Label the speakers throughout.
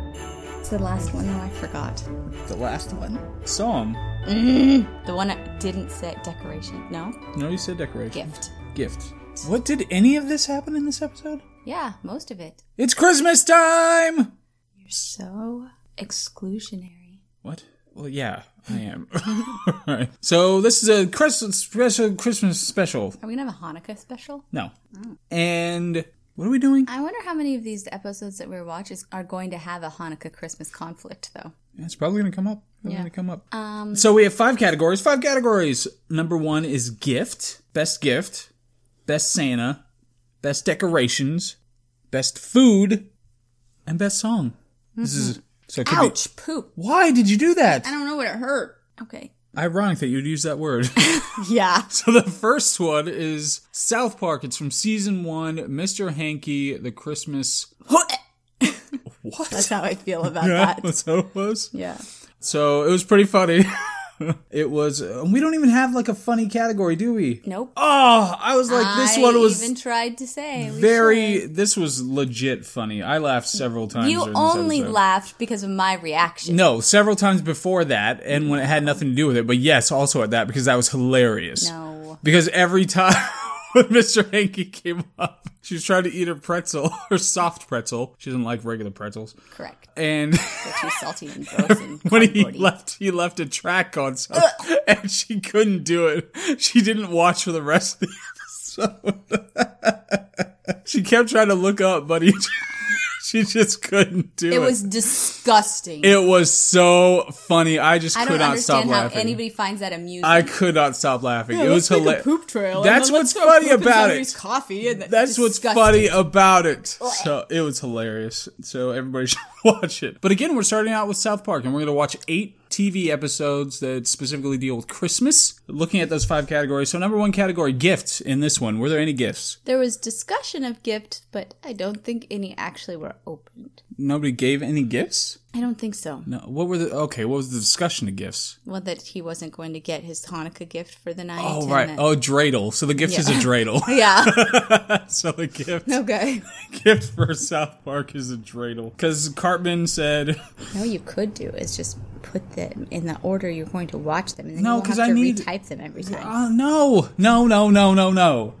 Speaker 1: What's the last one that I forgot?
Speaker 2: The last one. Song.
Speaker 1: The one I didn't say decoration. No?
Speaker 2: No, you said decoration.
Speaker 1: Gift.
Speaker 2: Gift. What did any of this happen in this episode?
Speaker 1: Yeah, most of it.
Speaker 2: It's Christmas time!
Speaker 1: You're so exclusionary.
Speaker 2: What? Well, yeah, I am. Alright. So this is a Christmas special. Christmas special.
Speaker 1: Are we gonna have a Hanukkah special?
Speaker 2: No. And what are we doing?
Speaker 1: I wonder how many of these episodes that we're watching are going to have a Hanukkah Christmas conflict, though.
Speaker 2: It's probably going to come up. Probably
Speaker 1: Yeah.
Speaker 2: going to come up. Um, so we have five categories. Five categories. Number one is gift, best gift, best Santa, best decorations, best food, and best song. This is so. it could be-
Speaker 1: Ouch! Poop.
Speaker 2: why did you do that?
Speaker 1: I don't know what it hurt. Okay.
Speaker 2: Ironic that you'd use that word.
Speaker 1: Yeah.
Speaker 2: so the first one is South Park. It's from season one. Mr. Hanky, the Christmas. What?
Speaker 1: That's how I feel about
Speaker 2: yeah,
Speaker 1: that.
Speaker 2: that's how it was.
Speaker 1: Yeah.
Speaker 2: So it was pretty funny. it was. uh, We don't even have like a funny category, do we?
Speaker 1: Nope.
Speaker 2: Oh, I was like, this
Speaker 1: I
Speaker 2: one was
Speaker 1: even tried to say we
Speaker 2: very. This was legit funny. I laughed several
Speaker 1: should.
Speaker 2: times.
Speaker 1: You
Speaker 2: during this
Speaker 1: only
Speaker 2: episode.
Speaker 1: laughed because of my reaction.
Speaker 2: No, several times before that, and when it had nothing to do with it. But yes, also at that because that was hilarious.
Speaker 1: No.
Speaker 2: Because every time when Mr. Hankey came up, she was trying to eat her pretzel, her soft pretzel. She doesn't like regular pretzels,
Speaker 1: Correct.
Speaker 2: and.
Speaker 1: They're too salty and gross and
Speaker 2: when he
Speaker 1: cardboardy.
Speaker 2: left he left a track on something and she couldn't do it she didn't watch for the rest of the episode she kept trying to look up but he she just couldn't do it
Speaker 1: It was disgusting.
Speaker 2: it was so funny i just
Speaker 1: I don't
Speaker 2: could not stop
Speaker 1: understand how
Speaker 2: laughing
Speaker 1: anybody finds that amusing.
Speaker 2: i could not stop laughing it was hilarious
Speaker 1: trail.
Speaker 2: and That's then let's what's throw funny poop in about somebody's it.
Speaker 1: Coffee and
Speaker 2: That's what's funny about it. So it was hilarious. So everybody should watch it. But again, we're starting out with South Park, and we're going to watch eight TV episodes that specifically deal with Christmas. Looking at those five categories. So number one category, gifts. In this one, were there any gifts?
Speaker 1: There was discussion of gift, but I don't think any actually were opened.
Speaker 2: Nobody gave any gifts.
Speaker 1: I don't think so.
Speaker 2: No. What were the? Okay. What was the discussion of gifts?
Speaker 1: Well, that he wasn't going to get his Hanukkah gift for the night.
Speaker 2: Oh
Speaker 1: and
Speaker 2: right.
Speaker 1: that-
Speaker 2: Oh dreidel. So the gift is a dreidel.
Speaker 1: Yeah.
Speaker 2: so the gift
Speaker 1: okay.
Speaker 2: gift for South Park is a dreidel. Because Cartman said.
Speaker 1: No, you could do is just put them in the order you're going to watch them, and then
Speaker 2: No,
Speaker 1: you'll
Speaker 2: 'cause
Speaker 1: have
Speaker 2: I
Speaker 1: to
Speaker 2: need-
Speaker 1: retype them every time.
Speaker 2: Uh, no, no, no, no, no, no.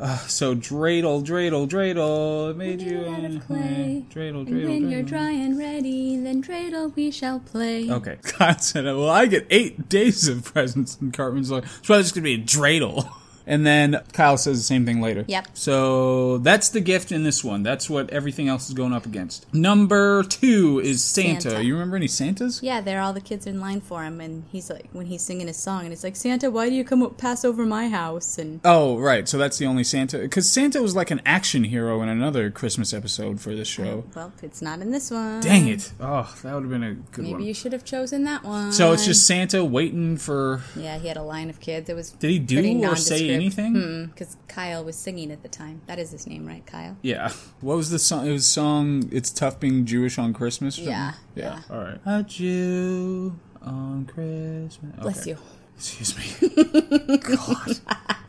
Speaker 2: Uh, so dreidel, dreidel, dreidel, it made you
Speaker 1: out of clay,
Speaker 2: dreidel,
Speaker 1: and
Speaker 2: dreidel,
Speaker 1: when you're
Speaker 2: dreidel.
Speaker 1: dry and ready, then dreidel we shall play.
Speaker 2: Okay, God said, "Well, I get eight days of presents." And Cartman's like, "It's probably just gonna be a dreidel." And then Kyle says the same thing later.
Speaker 1: Yep.
Speaker 2: So that's the gift in this one. That's what everything else is going up against. Number two is Santa.
Speaker 1: Santa.
Speaker 2: You remember any Santas?
Speaker 1: Yeah, there all the kids in line for him, and he's like, when he's singing his song, and it's like, Santa, why do you come o- pass over my house? And
Speaker 2: Oh, right. So that's the only Santa. Because Santa was like an action hero in another Christmas episode for this show.
Speaker 1: well, it's not in this one.
Speaker 2: Dang it. Oh, that would have been a good one.
Speaker 1: Mm. Maybe you should have chosen that one.
Speaker 2: so it's just Santa waiting for.
Speaker 1: yeah, he had a line of kids. It was
Speaker 2: Did he do
Speaker 1: pretty Hmm.
Speaker 2: or say anything?
Speaker 1: because Kyle was singing at the time. That is his name, right, Kyle?
Speaker 2: Yeah. What was the song? It was song. It's tough being Jewish on Christmas. or something?
Speaker 1: Yeah,
Speaker 2: Yeah. All right. A Jew on Christmas.
Speaker 1: Bless
Speaker 2: Okay.
Speaker 1: you.
Speaker 2: Excuse me. God.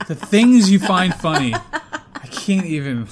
Speaker 2: The things you find funny. I can't even.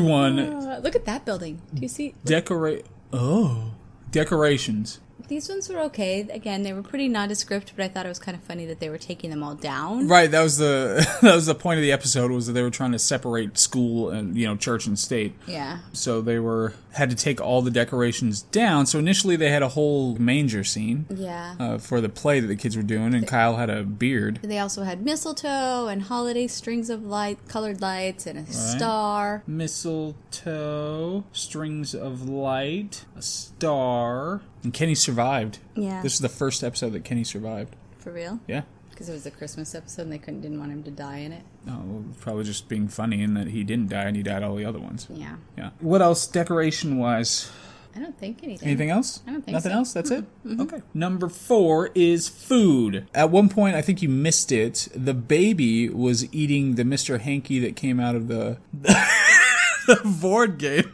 Speaker 2: one.
Speaker 1: Uh, look at that building. Do you see?
Speaker 2: Decorate. Oh. Decorations.
Speaker 1: These ones were okay. Again, they were pretty nondescript, but I thought it was kind of funny that they were taking them all down.
Speaker 2: Right, that was the that was the point of the episode was that they were trying to separate school and you know church and state.
Speaker 1: Yeah.
Speaker 2: So they were had to take all the decorations down. So initially they had a whole manger scene
Speaker 1: Yeah.
Speaker 2: uh, for the play that the kids were doing, and Kyle had a beard.
Speaker 1: They also had mistletoe and holiday strings of light, colored lights, and a star.
Speaker 2: Mistletoe, strings of light, a star, and Kenny survived.
Speaker 1: Yeah.
Speaker 2: This is the first episode that Kenny survived.
Speaker 1: For real?
Speaker 2: Yeah.
Speaker 1: Because it was a Christmas episode, and they couldn't didn't want him to die in it.
Speaker 2: Oh, probably just being funny in that he didn't die and he died all the other ones.
Speaker 1: Yeah.
Speaker 2: Yeah. What else decoration wise?
Speaker 1: I don't think anything.
Speaker 2: Anything else?
Speaker 1: I don't think
Speaker 2: Nothing
Speaker 1: so.
Speaker 2: else? That's it? Okay. Number four is food. At one point, I think you missed it. The baby was eating the Mr. Hanky that came out of the, the board game.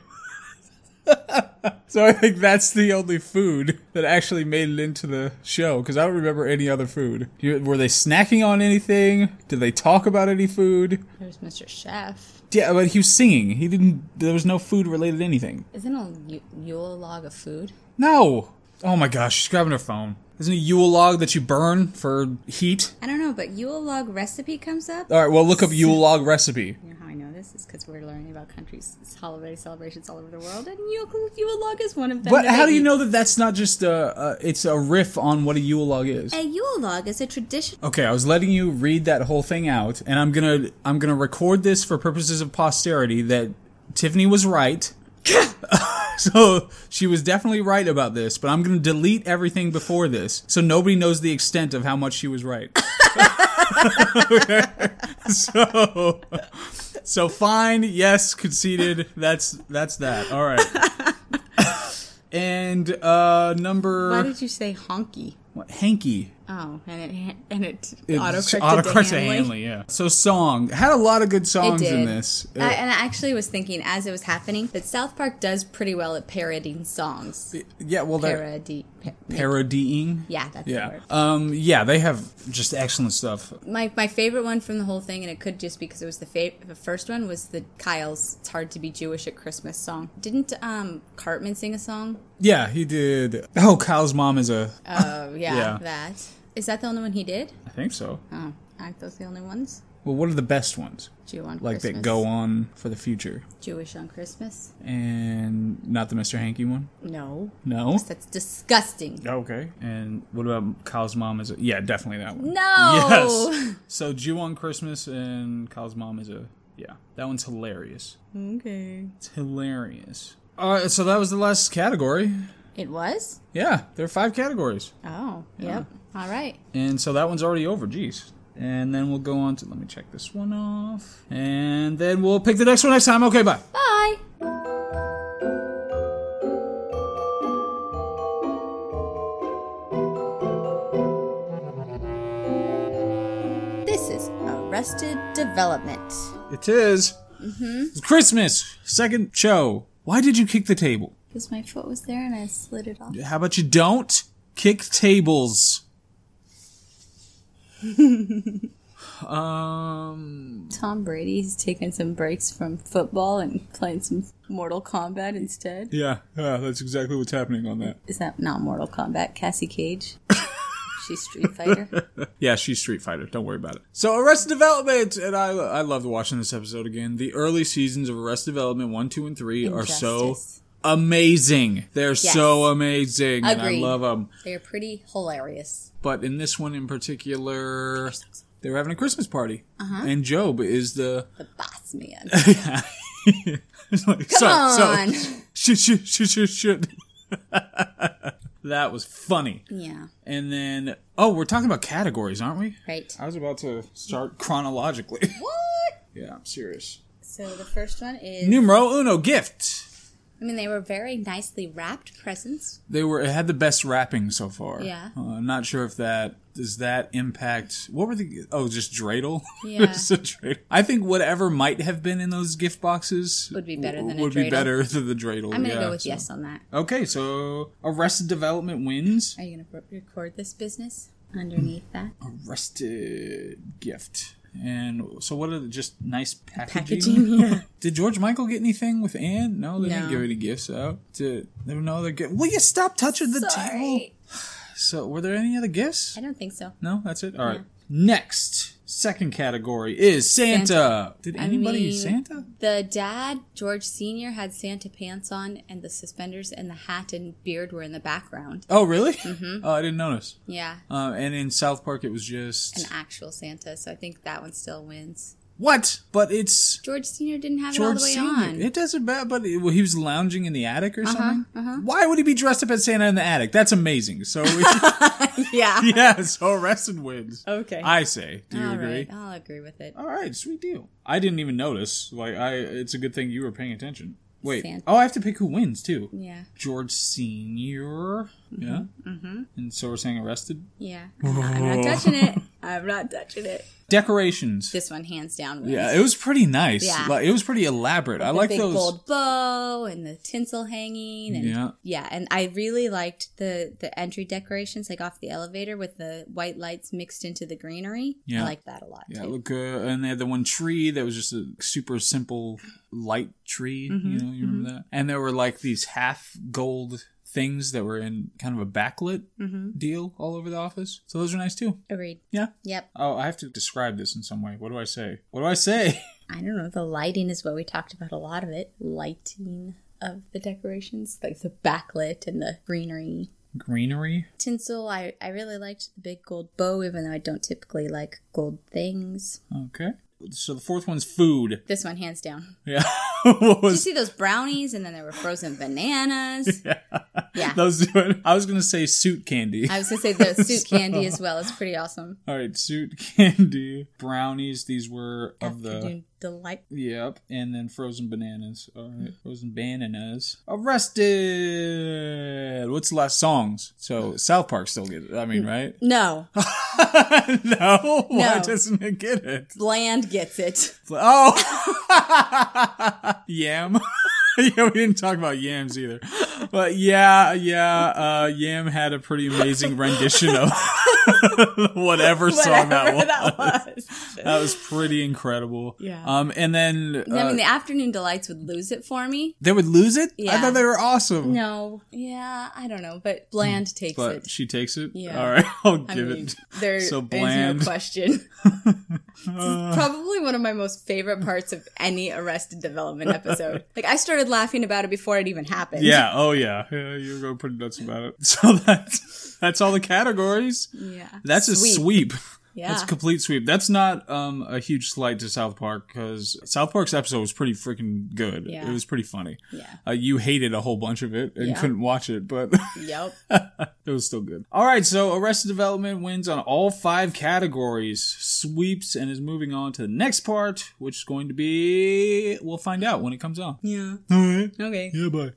Speaker 2: so I think that's the only food that actually made it into the show because I don't remember any other food. You- Were they snacking on anything? Did they talk about any food?
Speaker 1: There's Mr. Chef.
Speaker 2: Yeah, but he was singing. He didn't. There was no food related anything.
Speaker 1: Isn't a Yule- Yule log a food?
Speaker 2: No. Oh my gosh, she's grabbing her phone. Isn't it Yule log that you burn for heat?
Speaker 1: I don't know, but Yule log recipe comes up.
Speaker 2: All right, well, look up Yule log recipe.
Speaker 1: You know how I know this is because we're learning about countries' holiday celebrations all over the world, and Yule, Yule log is one of them.
Speaker 2: But
Speaker 1: that
Speaker 2: how
Speaker 1: I
Speaker 2: do you
Speaker 1: eat.
Speaker 2: know that that's not just a, a it's a riff on what a Yule log is?
Speaker 1: A Yule log is a tradition.
Speaker 2: Okay, I was letting you read that whole thing out, and I'm gonna I'm gonna record this for purposes of posterity that Tiffany was right. so she was definitely right about this, but I'm gonna delete everything before this, so nobody knows the extent of how much she was right. Okay, So so fine, yes, conceded. That's that's that. All right. and uh number
Speaker 1: Why did you say honky?
Speaker 2: what, hanky.
Speaker 1: Oh, and it and it,
Speaker 2: It
Speaker 1: autocorrected,
Speaker 2: autocorrected
Speaker 1: to Hanley.
Speaker 2: yeah. So song had a lot of good songs in this. Uh,
Speaker 1: I, and I actually was thinking as it was happening that South Park does pretty well at parodying songs.
Speaker 2: yeah, well, they're
Speaker 1: Parody. pa-
Speaker 2: parodying.
Speaker 1: yeah, that's the
Speaker 2: Yeah.
Speaker 1: word.
Speaker 2: Um, yeah, they have just excellent stuff.
Speaker 1: My, my favorite one from the whole thing, and it could just because it was the, fa- the first one, was the Kyle's "It's Hard to Be Jewish at Christmas" song. Didn't um, Cartman sing a song?
Speaker 2: Yeah, he did. Oh, Kyle's mom is a. I
Speaker 1: Oh yeah,
Speaker 2: Yeah.
Speaker 1: that is that the only one he did?
Speaker 2: think so.
Speaker 1: Oh, aren't those the only ones?
Speaker 2: Well, what are the best ones?
Speaker 1: Jew on
Speaker 2: Like
Speaker 1: Christmas.
Speaker 2: that go on for the future,
Speaker 1: Jewish on Christmas?
Speaker 2: and not the Mr. Hanky one.
Speaker 1: No,
Speaker 2: No.
Speaker 1: that's disgusting.
Speaker 2: Okay. And what about Kyle's mom is a? Yeah, definitely that one.
Speaker 1: No.
Speaker 2: Yes. So Jew on Christmas and Kyle's mom is a. Yeah, that one's hilarious.
Speaker 1: Okay,
Speaker 2: It's hilarious. All right, so that was the last category.
Speaker 1: it was.
Speaker 2: Yeah, there are five categories,
Speaker 1: Oh, yep. All right.
Speaker 2: and so that one's already over. Jeez. And then we'll go on to let me check this one off, and then we'll pick the next one next time. Okay, bye.
Speaker 1: Bye. This is Arrested Development.
Speaker 2: It Mm-hmm. It's Christmas second show. Why did you kick the table?
Speaker 1: Because my foot was there and I slid it off.
Speaker 2: How about you don't kick tables? um.
Speaker 1: Tom Brady's taking some breaks from football and playing some Mortal Kombat instead.
Speaker 2: Yeah, yeah, that's exactly what's happening on that.
Speaker 1: Is that not Mortal Kombat? Cassie Cage? She's Street Fighter.
Speaker 2: Yeah, she's Street Fighter. Don't worry about it. So Arrested Development, and I I loved watching this episode again. The early seasons of Arrested Development one, two, and three are so
Speaker 1: Injustice.
Speaker 2: amazing. They're so amazing, and I
Speaker 1: Agreed.
Speaker 2: love them.
Speaker 1: They're pretty hilarious.
Speaker 2: But in this one in particular, they're having a Christmas party,
Speaker 1: Uh-huh.
Speaker 2: and Job is the.
Speaker 1: The boss man.
Speaker 2: It's
Speaker 1: Come
Speaker 2: like, so,
Speaker 1: on.
Speaker 2: so, shit, shit, shit, shit, shit. that was funny.
Speaker 1: yeah.
Speaker 2: And then, oh, we're talking about categories, aren't we?
Speaker 1: Right.
Speaker 2: I was about to start chronologically.
Speaker 1: What?
Speaker 2: Yeah, I'm serious.
Speaker 1: So the first one is.
Speaker 2: Numero uno gift.
Speaker 1: I mean, they were very nicely wrapped presents.
Speaker 2: They were it had the best wrapping so far.
Speaker 1: Yeah.
Speaker 2: Uh, I'm not sure if that does that impact. What were the oh just dreidel?
Speaker 1: Yeah.
Speaker 2: Just a dreidel. I think whatever might have been in those gift boxes
Speaker 1: Would be better than a
Speaker 2: would be
Speaker 1: dreidel.
Speaker 2: better than the dreidel.
Speaker 1: I'm gonna
Speaker 2: yeah,
Speaker 1: go with
Speaker 2: so-
Speaker 1: yes on that.
Speaker 2: Okay, so Arrested Development wins.
Speaker 1: Are you gonna re- record this business underneath that
Speaker 2: Arrested gift. And so, what are the just nice packaging?
Speaker 1: packaging? Yeah.
Speaker 2: Did George Michael get anything with Anne? No, they didn't
Speaker 1: No.
Speaker 2: give any gifts out. Did there were no other gifts? Will you stop touching the table?
Speaker 1: Sorry.
Speaker 2: So, were there any other gifts?
Speaker 1: I don't think so.
Speaker 2: No, that's it. All right. Next, second category is Santa. Did anybody
Speaker 1: mean-
Speaker 2: use Santa?
Speaker 1: The dad, George Senior, had Santa pants on, and the suspenders and the hat and beard were in the background.
Speaker 2: Oh, really?
Speaker 1: Mm-hmm.
Speaker 2: Oh, I didn't notice.
Speaker 1: Yeah,
Speaker 2: Uh, and in South Park, it was just
Speaker 1: an actual Santa. So I think that one still wins.
Speaker 2: what? But it's
Speaker 1: George Senior didn't have
Speaker 2: George
Speaker 1: it all the way
Speaker 2: Senior.
Speaker 1: on. Uh-huh,
Speaker 2: It doesn't matter. But it, well, he was lounging in the attic or something. Why would he be dressed up as Santa in the attic? That's amazing. So we,
Speaker 1: yeah.
Speaker 2: yeah, so arrested wins.
Speaker 1: Okay.
Speaker 2: I say. Do you
Speaker 1: All
Speaker 2: agree?
Speaker 1: right, I'll agree with it.
Speaker 2: All right, sweet deal. I didn't even notice. Like I, it's a good thing you were paying attention. Wait.
Speaker 1: Santa.
Speaker 2: Oh, I have to pick who wins too.
Speaker 1: Yeah,
Speaker 2: George Senior. Yeah. Mm-hmm. And so we're saying arrested.
Speaker 1: yeah. I'm not, I'm not touching it. I'm not touching it.
Speaker 2: Decorations.
Speaker 1: This one, hands down, wins.
Speaker 2: yeah, it was pretty nice.
Speaker 1: Yeah.
Speaker 2: Like, it was pretty elaborate. I
Speaker 1: the
Speaker 2: like
Speaker 1: big
Speaker 2: those.
Speaker 1: gold bow and the tinsel hanging and
Speaker 2: Yeah.
Speaker 1: yeah. and I really liked the the entry decorations like off the elevator with the white lights mixed into the greenery.
Speaker 2: Yeah.
Speaker 1: I liked that a lot
Speaker 2: Yeah,
Speaker 1: too.
Speaker 2: look good. And they had the one tree that was just a super simple light tree.
Speaker 1: Mm-hmm.
Speaker 2: You know, you remember that? And there were like these half gold things that were in kind of a backlit
Speaker 1: Mm-hmm.
Speaker 2: deal all over the office. So those are nice too.
Speaker 1: Agreed.
Speaker 2: Yeah.
Speaker 1: Yep.
Speaker 2: Oh, I have to describe this in some way. What do I say? What do I say?
Speaker 1: I don't know. The lighting is what we talked about a lot of it. Lighting of the decorations, like the backlit and the greenery.
Speaker 2: Greenery.
Speaker 1: Tinsel, I, I really liked the big gold bow, even though I don't typically like gold things.
Speaker 2: Okay. So the fourth one's food.
Speaker 1: This one, hands down.
Speaker 2: Yeah. what
Speaker 1: Did you
Speaker 2: was
Speaker 1: see those brownies? And then there were frozen bananas.
Speaker 2: yeah.
Speaker 1: Yeah.
Speaker 2: Those I was gonna say suit candy.
Speaker 1: I was gonna say the suit candy as well. It's pretty awesome.
Speaker 2: All right, suit candy, brownies. These were of the
Speaker 1: Afternoon delight.
Speaker 2: yep, and then frozen bananas. All
Speaker 1: Mm.
Speaker 2: right, frozen bananas. Arrested. What's the last songs? So South Park still get it. I mean, right?
Speaker 1: No,
Speaker 2: no, why
Speaker 1: Mm. No.
Speaker 2: doesn't it get it?
Speaker 1: Bland gets it.
Speaker 2: Oh, yam. yeah, we didn't talk about yams either, but yeah, yeah. Uh, Yam had a pretty amazing rendition of whatever song that was.
Speaker 1: Whatever that was.
Speaker 2: That was pretty incredible.
Speaker 1: Yeah.
Speaker 2: Um, and then uh,
Speaker 1: I mean, the afternoon delights would lose it for me.
Speaker 2: they would lose it. I
Speaker 1: Yeah.
Speaker 2: thought they were awesome.
Speaker 1: No, yeah, I don't know, but Bland takes
Speaker 2: Mm, But
Speaker 1: it.
Speaker 2: she takes it.
Speaker 1: Yeah.
Speaker 2: All right, I'll
Speaker 1: I
Speaker 2: give
Speaker 1: mean,
Speaker 2: it.
Speaker 1: there
Speaker 2: So
Speaker 1: so
Speaker 2: bland.
Speaker 1: no question. This is probably one of my most favorite parts of any Arrested Development episode. like, I started laughing about it before it even happened.
Speaker 2: Yeah. Oh yeah. yeah. You're going pretty nuts about it. So that's that's all the categories.
Speaker 1: Yeah.
Speaker 2: That's a sweep.
Speaker 1: Yeah.
Speaker 2: That's a complete sweep. That's not um, a huge slight to South Park because South Park's episode was pretty freaking good.
Speaker 1: Yeah.
Speaker 2: It was pretty funny.
Speaker 1: Yeah.
Speaker 2: Uh, you hated a whole bunch of it and
Speaker 1: Yeah.
Speaker 2: couldn't watch it, but
Speaker 1: Yep.
Speaker 2: it was still good. All right, so Arrested Development wins on all five categories, sweeps, and is moving on to the next part, which is going to be. We'll find out when it comes on.
Speaker 1: Yeah.
Speaker 2: All right.
Speaker 1: Okay.
Speaker 2: Yeah, bye.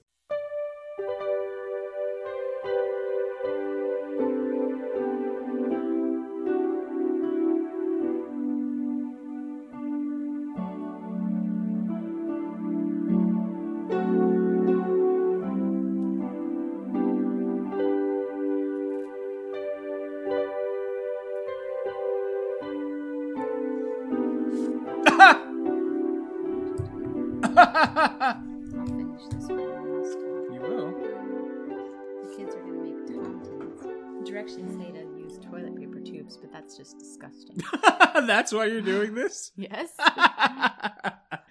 Speaker 1: I'll finish this one.
Speaker 2: You will.
Speaker 1: The kids are gonna make tontins. Directions say to use toilet paper tubes, but that's just disgusting.
Speaker 2: That's why you're doing this?
Speaker 1: yes.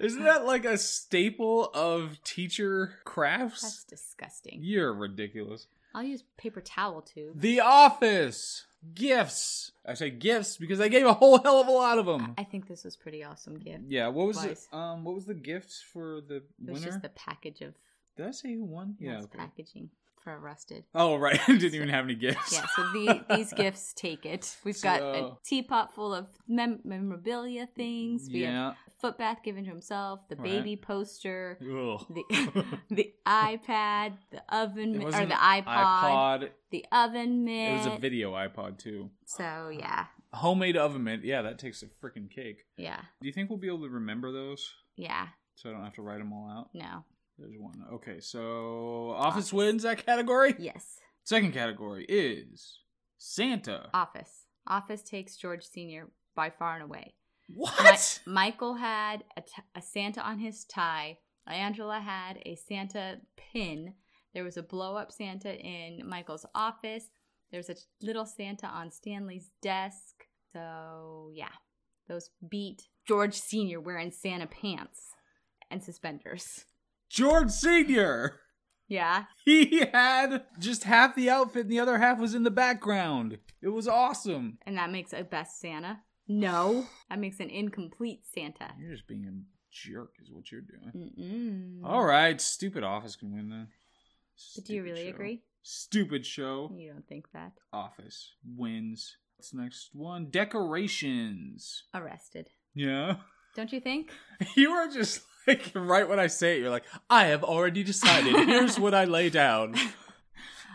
Speaker 2: Isn't that like a staple of teacher
Speaker 1: That's
Speaker 2: crafts?
Speaker 1: disgusting.
Speaker 2: You're ridiculous.
Speaker 1: I'll use paper towel tube.
Speaker 2: The Office gifts. I say gifts because they gave a whole hell of a lot of them.
Speaker 1: I think this was pretty awesome gift.
Speaker 2: yeah, what was it?
Speaker 1: Wise.
Speaker 2: Um, what was the gifts for the
Speaker 1: It was
Speaker 2: winner?
Speaker 1: just the package of
Speaker 2: Did I say who won? Yeah.
Speaker 1: nice
Speaker 2: okay.
Speaker 1: packaging for Arrested.
Speaker 2: Oh right, I didn't even have any gifts.
Speaker 1: Yeah, so the, these gifts take it. We've got
Speaker 2: So-
Speaker 1: a teapot full of mem- memorabilia things. We have
Speaker 2: Yeah.
Speaker 1: a foot bath given to himself, the
Speaker 2: Right.
Speaker 1: baby poster,
Speaker 2: Ugh.
Speaker 1: the the iPad, the oven,
Speaker 2: It
Speaker 1: mi- or
Speaker 2: wasn't
Speaker 1: the
Speaker 2: an
Speaker 1: iPod, Eh. the oven
Speaker 2: It
Speaker 1: mitt.
Speaker 2: was a video iPod too.
Speaker 1: so yeah,
Speaker 2: Homemade oven mitt. Yeah, that takes a freaking cake.
Speaker 1: yeah,
Speaker 2: Do you think we'll be able to remember those?
Speaker 1: yeah.
Speaker 2: So I don't have to write them all out.
Speaker 1: No,
Speaker 2: There's one. Okay, so office
Speaker 1: Ah.
Speaker 2: wins that category.
Speaker 1: yes,
Speaker 2: Second category is Santa.
Speaker 1: office. Office takes George Senior by far and away. Mi-
Speaker 2: What?
Speaker 1: Michael had a, t- a Santa on his tie. Angela had a Santa pin. There was a blow up Santa in Michael's office. There's a ch- little Santa on Stanley's desk. So, yeah, those beat George Sr. wearing Santa pants and suspenders.
Speaker 2: George Senior.
Speaker 1: Yeah.
Speaker 2: He had just half the outfit, and the other half was in the background. It was awesome.
Speaker 1: And that makes a best Santa? No. That makes an incomplete Santa.
Speaker 2: You're just being a jerk, is what you're
Speaker 1: Mm-hmm.
Speaker 2: doing.
Speaker 1: Mm-mm.
Speaker 2: All right, stupid office can win then.
Speaker 1: But do you
Speaker 2: Stupid
Speaker 1: really
Speaker 2: show.
Speaker 1: agree?
Speaker 2: Stupid show.
Speaker 1: You don't think that?
Speaker 2: Office wins. What's the next one? Decorations.
Speaker 1: Arrested.
Speaker 2: Yeah.
Speaker 1: Don't you think?
Speaker 2: You are just like right when I say it, you're like, I have already decided. Here's what I lay down.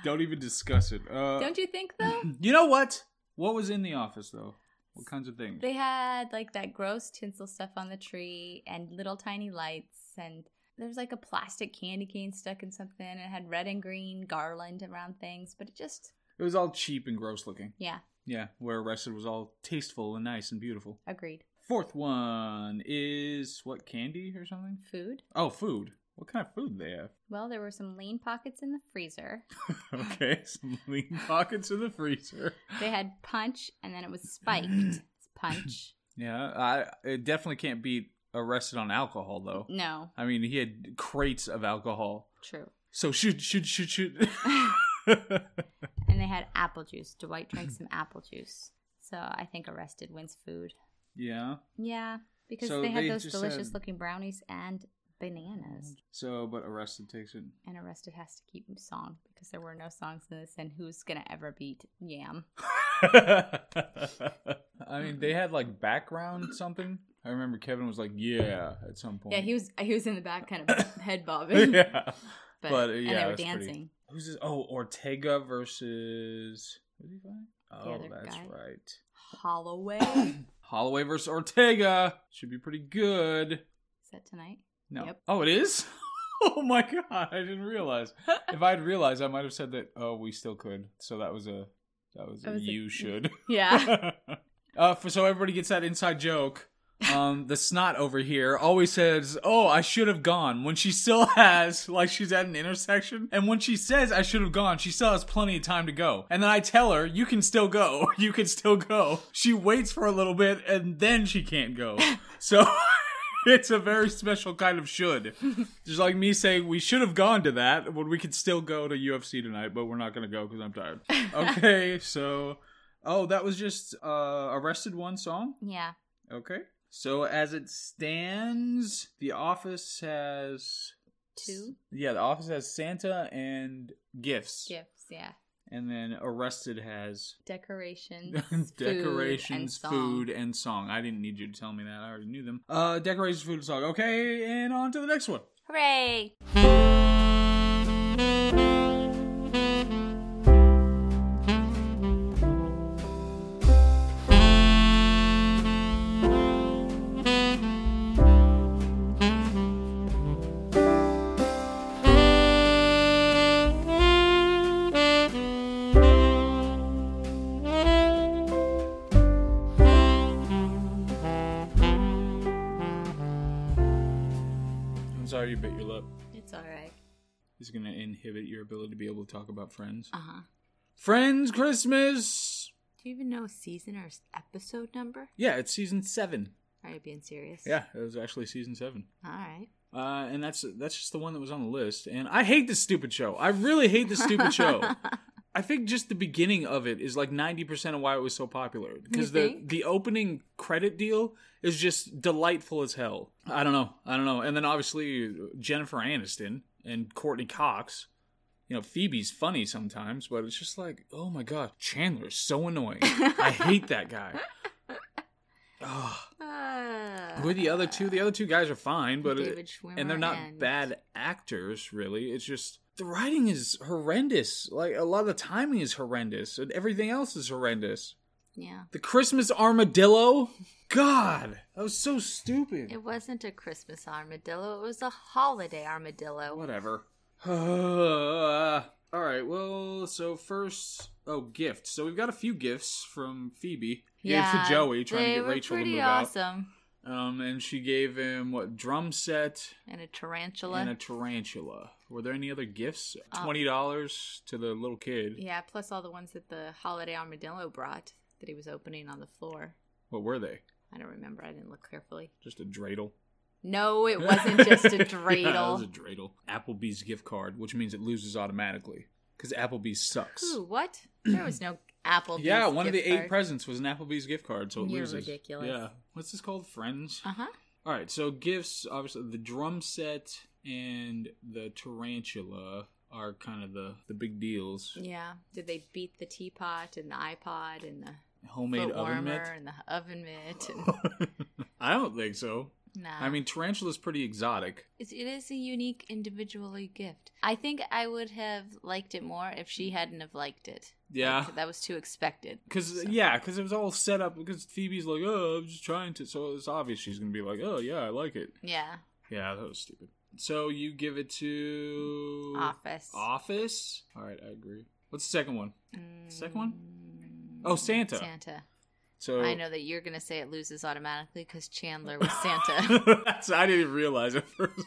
Speaker 2: Don't even discuss it. Uh, mm-hmm.
Speaker 1: Don't you think though?
Speaker 2: you know what? What was in the office though? What kinds of things?
Speaker 1: They had like that gross tinsel stuff on the tree and little tiny lights and there was like a plastic candy cane stuck in something and it had red and green garland around things, but it just
Speaker 2: It was all cheap and gross looking.
Speaker 1: yeah,
Speaker 2: Yeah, where Arrested was all tasteful and nice and beautiful.
Speaker 1: agreed.
Speaker 2: Fourth one is what candy or something?
Speaker 1: Food.
Speaker 2: Oh, food. What kind of food do they have?
Speaker 1: Well, there were some lean pockets in the freezer.
Speaker 2: okay, some lean pockets in the freezer.
Speaker 1: They had punch and then it was spiked. It's punch.
Speaker 2: Yeah, I it definitely can't beat Arrested on alcohol though.
Speaker 1: No,
Speaker 2: I mean, he had crates of alcohol.
Speaker 1: true.
Speaker 2: So shoot, shoot, shoot, shoot.
Speaker 1: And they had apple juice. Dwight drank some apple juice. So I think Arrested wins food.
Speaker 2: yeah.
Speaker 1: Yeah, because
Speaker 2: So
Speaker 1: they had
Speaker 2: they
Speaker 1: those
Speaker 2: just
Speaker 1: delicious
Speaker 2: had-
Speaker 1: looking brownies and bananas.
Speaker 2: So, but Arrested takes it.
Speaker 1: And Arrested has to keep song because there were no songs in this. And who's gonna ever beat Yam?
Speaker 2: I mean, they had like background something. I remember Kevin was like, "Yeah," at some point.
Speaker 1: Yeah, he was. He was in the back, kind of head bobbing.
Speaker 2: yeah.
Speaker 1: but,
Speaker 2: but, uh,
Speaker 1: and
Speaker 2: yeah,
Speaker 1: they
Speaker 2: it
Speaker 1: were
Speaker 2: was pretty-
Speaker 1: dancing.
Speaker 2: Who's this? Oh, Ortega versus. What did he fight? Oh,
Speaker 1: other
Speaker 2: that's
Speaker 1: guy.
Speaker 2: right.
Speaker 1: Holloway. Is
Speaker 2: Holloway versus Ortega should be pretty good.
Speaker 1: that tonight?
Speaker 2: No.
Speaker 1: Yep.
Speaker 2: Oh, it is. oh my god, I didn't realize. if I'd realized, I might have said that. Oh, we still could. So that was a. That was,
Speaker 1: That
Speaker 2: a
Speaker 1: was a-
Speaker 2: you should.
Speaker 1: Yeah.
Speaker 2: uh, for, so everybody gets that inside joke. Um, the snot over here always says, "Oh, I should have gone." When she still has, like, she's at an intersection, and when she says, "I should have gone," she still has plenty of time to go. And then I tell her, "You can still go. You can still go." She waits for a little bit, and then she can't go. So. It's a very special kind of should. Just like me saying we should have gone to that when we could still go to UFC tonight, but we're not going to go because I'm tired. Okay, so Oh, that was just uh arrested one song.
Speaker 1: yeah.
Speaker 2: Okay. So as it stands, The Office has
Speaker 1: Two
Speaker 2: Yeah, The Office has Santa and gifts,
Speaker 1: gifts. Yeah.
Speaker 2: and then Arrested has
Speaker 1: Decorations. food, and
Speaker 2: decorations,
Speaker 1: song.
Speaker 2: food, and song. I didn't need you to tell me that. I already knew them. Uh, decorations, food, and song. Okay, and on to the next one.
Speaker 1: Hooray!
Speaker 2: I'm sorry you bit your lip.
Speaker 1: It's all right.
Speaker 2: This is gonna inhibit your ability to be able to talk about Friends.
Speaker 1: Uh huh.
Speaker 2: Friends, Christmas.
Speaker 1: Do you even know season or s- episode number?
Speaker 2: Yeah, it's season seven.
Speaker 1: Are you being serious?
Speaker 2: Yeah, it was actually season seven.
Speaker 1: All right.
Speaker 2: Uh, and that's that's just the one that was on the list. And I hate this stupid show. I really hate this stupid show. I think just the beginning of it is like ninety percent of why it was so popular because the
Speaker 1: think?
Speaker 2: the opening credit deal is just delightful as hell. I don't know, I don't know. And then obviously Jennifer Aniston and Courtney Cox. You know, Phoebe's funny sometimes, but it's just like, oh my god, Chandler's so annoying. I hate that guy. Ugh.
Speaker 1: Uh,
Speaker 2: Who are the other two? The other two guys are fine, but uh,
Speaker 1: David Schwimmer
Speaker 2: and they're not
Speaker 1: and-
Speaker 2: bad actors, really. It's just the writing is horrendous. Like a lot of the timing is horrendous, and everything else is horrendous.
Speaker 1: Yeah.
Speaker 2: The Christmas armadillo, God, that was so stupid.
Speaker 1: It wasn't a Christmas armadillo. It was a holiday armadillo.
Speaker 2: Whatever. all right. Well, so first, oh, gift. So we've got a few gifts from Phoebe. Gave to Joey
Speaker 1: they
Speaker 2: trying to get
Speaker 1: were
Speaker 2: Rachel to
Speaker 1: pretty
Speaker 2: move out.
Speaker 1: awesome.
Speaker 2: Um, and she gave him what drum set.
Speaker 1: And a tarantula. Uh,
Speaker 2: and a tarantula. Were there any other gifts? Twenty dollars to the little kid.
Speaker 1: yeah, plus all the ones that the holiday armadillo brought that he was opening on the floor.
Speaker 2: What were they?
Speaker 1: I don't remember. I didn't look carefully.
Speaker 2: Just a dreidel.
Speaker 1: No, it wasn't just a
Speaker 2: Yeah,
Speaker 1: dreidel.
Speaker 2: it was a dreidel. Applebee's gift card, which means it loses automatically because Applebee's sucks.
Speaker 1: Ooh, what? There was no apple.
Speaker 2: Yeah, one of the eight presents was an Applebee's gift card, so it
Speaker 1: You're
Speaker 2: loses.
Speaker 1: ridiculous.
Speaker 2: Yeah. What's this called? Friends.
Speaker 1: Uh huh.
Speaker 2: All right. So gifts, obviously, the drum set and the tarantula are kind of the the big deals.
Speaker 1: Yeah. Did they beat the teapot and the iPod and the
Speaker 2: Homemade
Speaker 1: foot warmer
Speaker 2: oven mitt.
Speaker 1: and the oven mitt? And,
Speaker 2: I don't think so.
Speaker 1: nah.
Speaker 2: I mean, tarantula's pretty exotic.
Speaker 1: It's, it is a unique, individually gift. I think I would have liked it more if she hadn't have liked it.
Speaker 2: Yeah.
Speaker 1: Like, that was too expected.
Speaker 2: Cause yeah, cause it was all set up. Because Phoebe's like, oh, I'm just trying to. So it's obvious she's gonna be like, oh yeah, I like it.
Speaker 1: Yeah.
Speaker 2: Yeah, that was stupid. So you give it to
Speaker 1: Office.
Speaker 2: Office. All right, I agree. What's the second one? Second one? Oh, Santa.
Speaker 1: Mm. Santa.
Speaker 2: So
Speaker 1: I know that you're gonna say it loses automatically because Chandler was Santa.
Speaker 2: That's, I didn't even realize at first.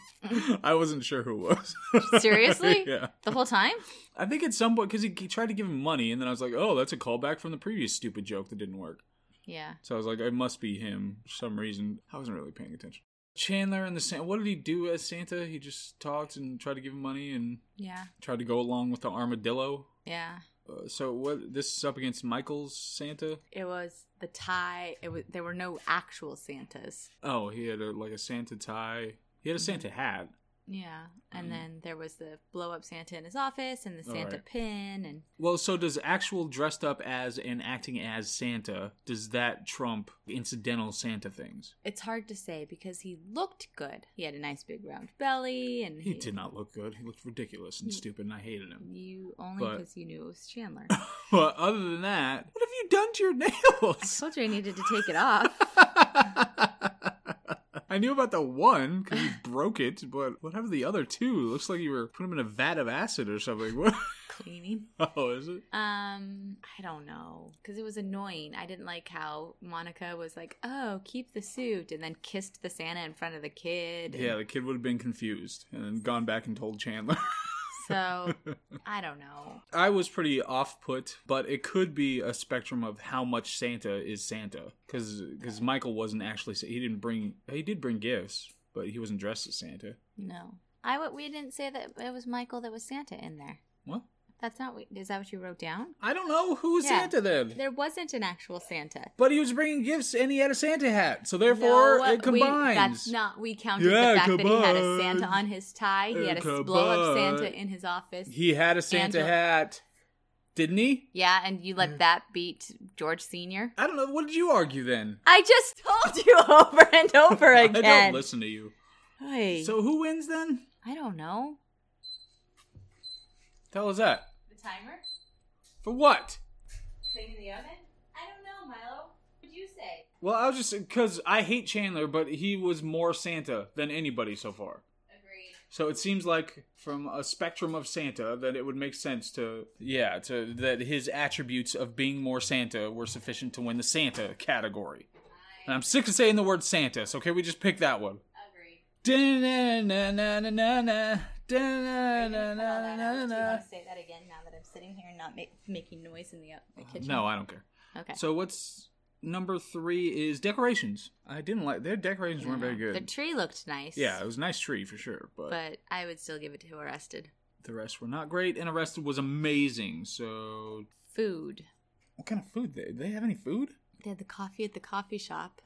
Speaker 2: I wasn't sure who it was.
Speaker 1: Seriously?
Speaker 2: yeah.
Speaker 1: the whole time?
Speaker 2: I think at some point because he, he tried to give him money, and then I was like, "Oh, that's a callback from the previous stupid joke that didn't work."
Speaker 1: Yeah.
Speaker 2: So I was like, "It must be him for some reason." I wasn't really paying attention. Chandler and the Santa. What did he do as Santa? He just talked and tried to give him money and
Speaker 1: Yeah.
Speaker 2: tried to go along with the armadillo.
Speaker 1: Yeah.
Speaker 2: Uh, so what? This is up against Michael's Santa.
Speaker 1: It was the tie. It was there were no actual Santas.
Speaker 2: Oh, he had a, like a Santa tie. He had a Santa hat.
Speaker 1: Yeah. And
Speaker 2: Mm.
Speaker 1: then there was the blow up Santa in his office and the
Speaker 2: All
Speaker 1: Santa
Speaker 2: right.
Speaker 1: pin and
Speaker 2: Well, so does actual dressed up as and acting as Santa? Does that trump incidental Santa things?
Speaker 1: it's hard to say because he looked good. He had a nice big round belly and
Speaker 2: He did not look good. He looked ridiculous and stupid, and I hated him.
Speaker 1: You only
Speaker 2: But-
Speaker 1: because you knew it was Chandler.
Speaker 2: But other than that, what have you done to your
Speaker 1: I
Speaker 2: nails?
Speaker 1: told you I needed to take it off.
Speaker 2: I knew about the one because you broke it, but what happened to the other two? It looks like you were putting them in a vat of acid or something. What?
Speaker 1: Cleaning.
Speaker 2: Oh, is it?
Speaker 1: Um, I don't know, because it was annoying. I didn't like how Monica was like, "Oh, keep the suit," and then kissed the Santa in front of the kid.
Speaker 2: Yeah, the kid would have been confused and then gone back and told Chandler.
Speaker 1: So I don't know.
Speaker 2: I was pretty off put, but it could be a spectrum of how much Santa is Santa, because Michael wasn't actually he didn't bring he did bring gifts, but he wasn't dressed as Santa.
Speaker 1: No, I w- we didn't say that it was Michael that was Santa in there.
Speaker 2: What?
Speaker 1: That's not. what- Is that what you wrote down?
Speaker 2: I don't know who was
Speaker 1: Yeah.
Speaker 2: Santa then,
Speaker 1: There wasn't an actual Santa.
Speaker 2: but he was bringing gifts and he had a Santa hat, so therefore
Speaker 1: No,
Speaker 2: it
Speaker 1: we-
Speaker 2: combines.
Speaker 1: that's not. We counted
Speaker 2: Yeah,
Speaker 1: the fact that he had a
Speaker 2: combined.
Speaker 1: Santa on his tie. He
Speaker 2: It
Speaker 1: had a blow up
Speaker 2: combined.
Speaker 1: Santa in his office.
Speaker 2: He had a Santa
Speaker 1: Angela-
Speaker 2: hat, didn't he?
Speaker 1: yeah, and you let that beat George Senior.
Speaker 2: I don't know. What did you argue then?
Speaker 1: I just told you over and over
Speaker 2: I
Speaker 1: again.
Speaker 2: don't listen to you.
Speaker 1: Hey,
Speaker 2: So who wins then?
Speaker 1: I don't know.
Speaker 2: Tell us that
Speaker 1: The timer
Speaker 2: for what?
Speaker 1: cleaning the oven. I don't know, Milo. What would you say?
Speaker 2: Well, I was just because I hate Chandler, but he was more Santa than anybody so far.
Speaker 1: Agreed.
Speaker 2: So it seems like from a spectrum of Santa that it would make sense to yeah to that his attributes of being more Santa were sufficient to win the Santa category. And I'm sick of saying the word Santa, so can we just pick that one?
Speaker 1: Agreed.
Speaker 2: Da-na-na-na-na-na,
Speaker 1: Do you
Speaker 2: da-na-na-na-na.
Speaker 1: want to say that again now that I'm sitting here and not ma- making noise in the, o- the kitchen?
Speaker 2: Oh, No, I don't care.
Speaker 1: Okay.
Speaker 2: So what's number three is decorations. I didn't like their decorations weren't very good.
Speaker 1: The tree looked nice.
Speaker 2: Yeah, it was a nice tree for sure, but,
Speaker 1: But I would still give it to Arrested.
Speaker 2: the rest were not great, and Arrested was amazing. So,
Speaker 1: Food.
Speaker 2: what kind of food? They, they have any food?
Speaker 1: They had the coffee at the coffee shop.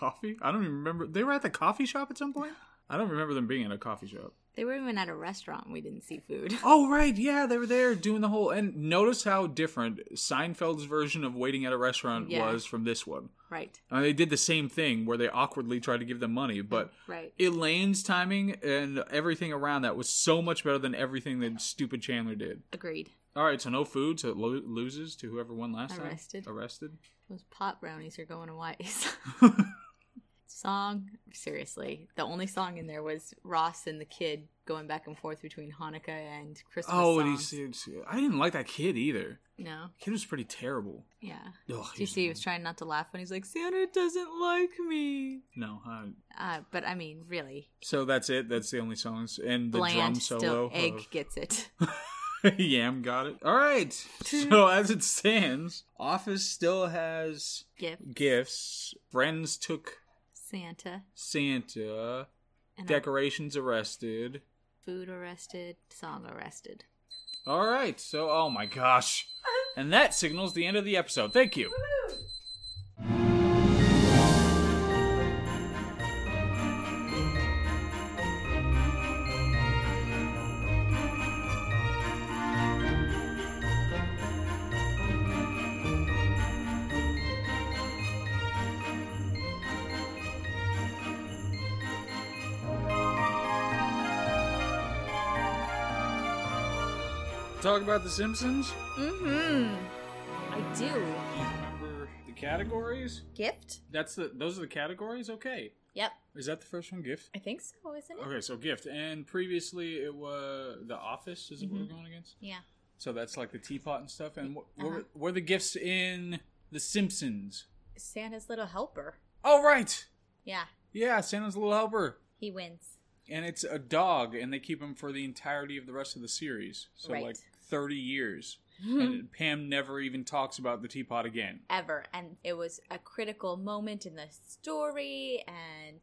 Speaker 2: coffee? I don't even remember. They were at the coffee shop at some point. I don't remember them being at a coffee shop.
Speaker 1: They were even at a restaurant. We didn't see food.
Speaker 2: Oh right, yeah, they were there doing the whole. And notice how different Seinfeld's version of waiting at a restaurant
Speaker 1: Yeah.
Speaker 2: was from this one.
Speaker 1: right.
Speaker 2: I mean, they did the same thing where they awkwardly tried to give them money,
Speaker 1: Mm-hmm.
Speaker 2: but
Speaker 1: Right.
Speaker 2: Elaine's timing and everything around that was so much better than everything that stupid Chandler did.
Speaker 1: Agreed.
Speaker 2: All right, so no food, so it lo- loses to whoever won last
Speaker 1: Arrested.
Speaker 2: time. Arrested.
Speaker 1: Those pot brownies are going to waste. song, seriously, the only song in there was Ross and the kid going back and forth between Hanukkah and Christmas.
Speaker 2: oh, and
Speaker 1: songs.
Speaker 2: he's, he's- I didn't like that kid either.
Speaker 1: No,
Speaker 2: Kid was pretty terrible.
Speaker 1: yeah.
Speaker 2: Ugh,
Speaker 1: Do you see he was trying not to laugh when he's like, Santa doesn't like me.
Speaker 2: no. I-
Speaker 1: Uh, but I mean, really,
Speaker 2: so that's it. That's the only songs and the drum
Speaker 1: bland
Speaker 2: solo.
Speaker 1: still egg gets it.
Speaker 2: of- Yam got it. All right. So as it stands, Office still has
Speaker 1: Gift
Speaker 2: gifts. Friends took
Speaker 1: Santa
Speaker 2: Santa.
Speaker 1: and
Speaker 2: Decorations arrested.
Speaker 1: food arrested, song arrested.
Speaker 2: All right. So, oh my gosh. And that signals the end of the episode. Thank you. talk about The Simpsons?
Speaker 1: Mm-hmm. I do.
Speaker 2: Do you remember the categories?
Speaker 1: Gift?
Speaker 2: That's the those are the categories. Okay,
Speaker 1: Yep.
Speaker 2: is that the first one? Gift.
Speaker 1: I think so, isn't it?
Speaker 2: Okay, so gift, and previously it was The Office. Is what we're going against.
Speaker 1: Yeah.
Speaker 2: So that's like the teapot and stuff. And what
Speaker 1: Uh-huh.
Speaker 2: were, were the gifts in The Simpsons?
Speaker 1: Santa's little helper.
Speaker 2: Oh right,
Speaker 1: Yeah,
Speaker 2: yeah, Santa's Little Helper,
Speaker 1: he wins.
Speaker 2: and it's a dog, and they keep him for the entirety of the rest of the series. So
Speaker 1: Right. Mm-hmm.
Speaker 2: like thirty years, and Pam never even talks about the teapot again.
Speaker 1: Ever. And it was a critical moment in the story and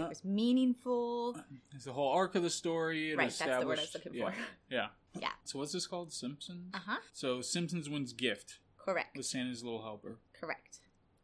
Speaker 2: Uh,
Speaker 1: it was meaningful.
Speaker 2: It's the whole arc of the story. It
Speaker 1: Right, that's the word I was
Speaker 2: established-
Speaker 1: looking
Speaker 2: yeah,
Speaker 1: for.
Speaker 2: Yeah.
Speaker 1: Yeah.
Speaker 2: So what's this called? Simpsons.
Speaker 1: Uh huh.
Speaker 2: So Simpsons wins gift
Speaker 1: Correct.
Speaker 2: with Santa's little helper,
Speaker 1: Correct.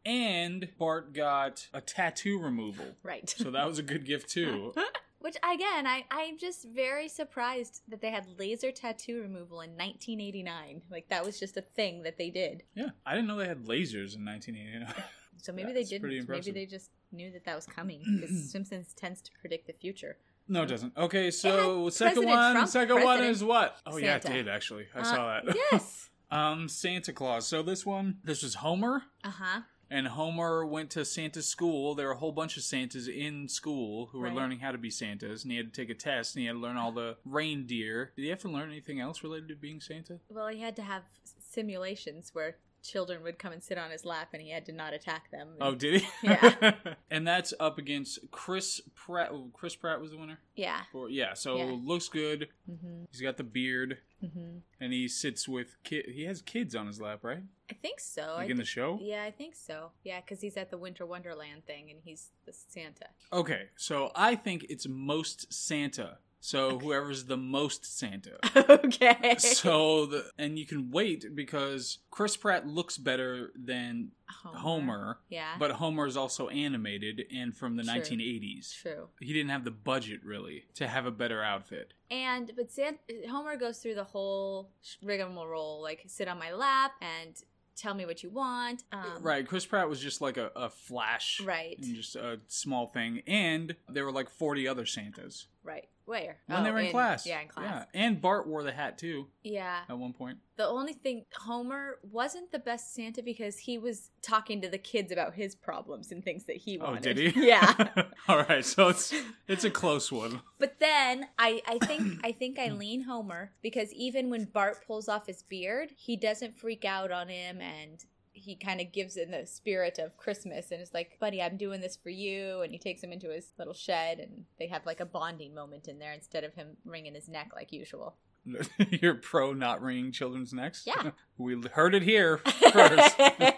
Speaker 2: and Bart got a tattoo removal.
Speaker 1: Right.
Speaker 2: So that was a good gift too.
Speaker 1: Which again, I I'm just very surprised that they had laser tattoo removal in 1989. Like that was just a thing that they did.
Speaker 2: Yeah, I didn't know they had lasers in 1989.
Speaker 1: So maybe
Speaker 2: That's
Speaker 1: they
Speaker 2: pretty
Speaker 1: didn't. Maybe
Speaker 2: impressive.
Speaker 1: they just knew that that was coming because Simpsons tends to predict the future.
Speaker 2: no, it doesn't. Okay, so
Speaker 1: had
Speaker 2: second
Speaker 1: President
Speaker 2: one, second
Speaker 1: Trump,
Speaker 2: one
Speaker 1: President
Speaker 2: is what? Oh yeah, it
Speaker 1: Santa.
Speaker 2: did actually. I
Speaker 1: Uh,
Speaker 2: saw that.
Speaker 1: yes.
Speaker 2: um, Santa Claus. So this one, this was Homer.
Speaker 1: Uh huh.
Speaker 2: and Homer went to Santa's school. There were a whole bunch of Santas in school who were
Speaker 1: Right.
Speaker 2: learning how to be Santas, and he had to take a test and he had to learn all the reindeer. Did he have to learn anything else related to being Santa?
Speaker 1: Well, he had to have s- simulations where children would come and sit on his lap, and he had to not attack them.
Speaker 2: Oh, did he?
Speaker 1: Yeah.
Speaker 2: and that's up against Chris Pratt. oh, Chris Pratt was the winner.
Speaker 1: yeah.
Speaker 2: Or, yeah, so
Speaker 1: Yeah.
Speaker 2: looks good.
Speaker 1: hmm
Speaker 2: He's got the beard,
Speaker 1: hmm
Speaker 2: and he sits with kid. He has kids on his lap, right?
Speaker 1: I think so.
Speaker 2: Like
Speaker 1: Oh, I
Speaker 2: in the
Speaker 1: thi-
Speaker 2: show.
Speaker 1: yeah, I think so. Yeah, because he's at the Winter Wonderland thing, and he's the Santa.
Speaker 2: Okay, so I think it's most Santa. So whoever's the most Santa.
Speaker 1: okay.
Speaker 2: so the, and you can wait because Chris Pratt looks better than
Speaker 1: Homer.
Speaker 2: Homer,
Speaker 1: Yeah.
Speaker 2: but Homer is also animated and from the
Speaker 1: True.
Speaker 2: 1980s.
Speaker 1: true.
Speaker 2: He didn't have the budget really to have a better outfit.
Speaker 1: And but San- Homer goes through the whole sh- rigmarole, like sit on my lap and tell me what you want. Um,
Speaker 2: right, Chris Pratt was just like a, a flash
Speaker 1: Right.
Speaker 2: and just a small thing and there were like 40 other Santas
Speaker 1: Right. Where?
Speaker 2: when
Speaker 1: Oh,
Speaker 2: they were in, class.
Speaker 1: Yeah, in class.
Speaker 2: Yeah, and Bart wore the hat too
Speaker 1: Yeah.
Speaker 2: at one point.
Speaker 1: The only thing Homer wasn't the best Santa because he was talking to the kids about his problems and things that he
Speaker 2: Oh,
Speaker 1: wanted.
Speaker 2: did he?
Speaker 1: Yeah.
Speaker 2: All right, so it's it's a close one.
Speaker 1: But then I, I think I think I lean Homer because even when Bart pulls off his beard, he doesn't freak out on him and he kind of gives in the spirit of Christmas and it's like, buddy, I'm doing this for you. And he takes him into his little shed and they have like a bonding moment in there instead of him wringing his neck like usual.
Speaker 2: You're pro not wringing children's necks?
Speaker 1: Yeah.
Speaker 2: we heard it here first.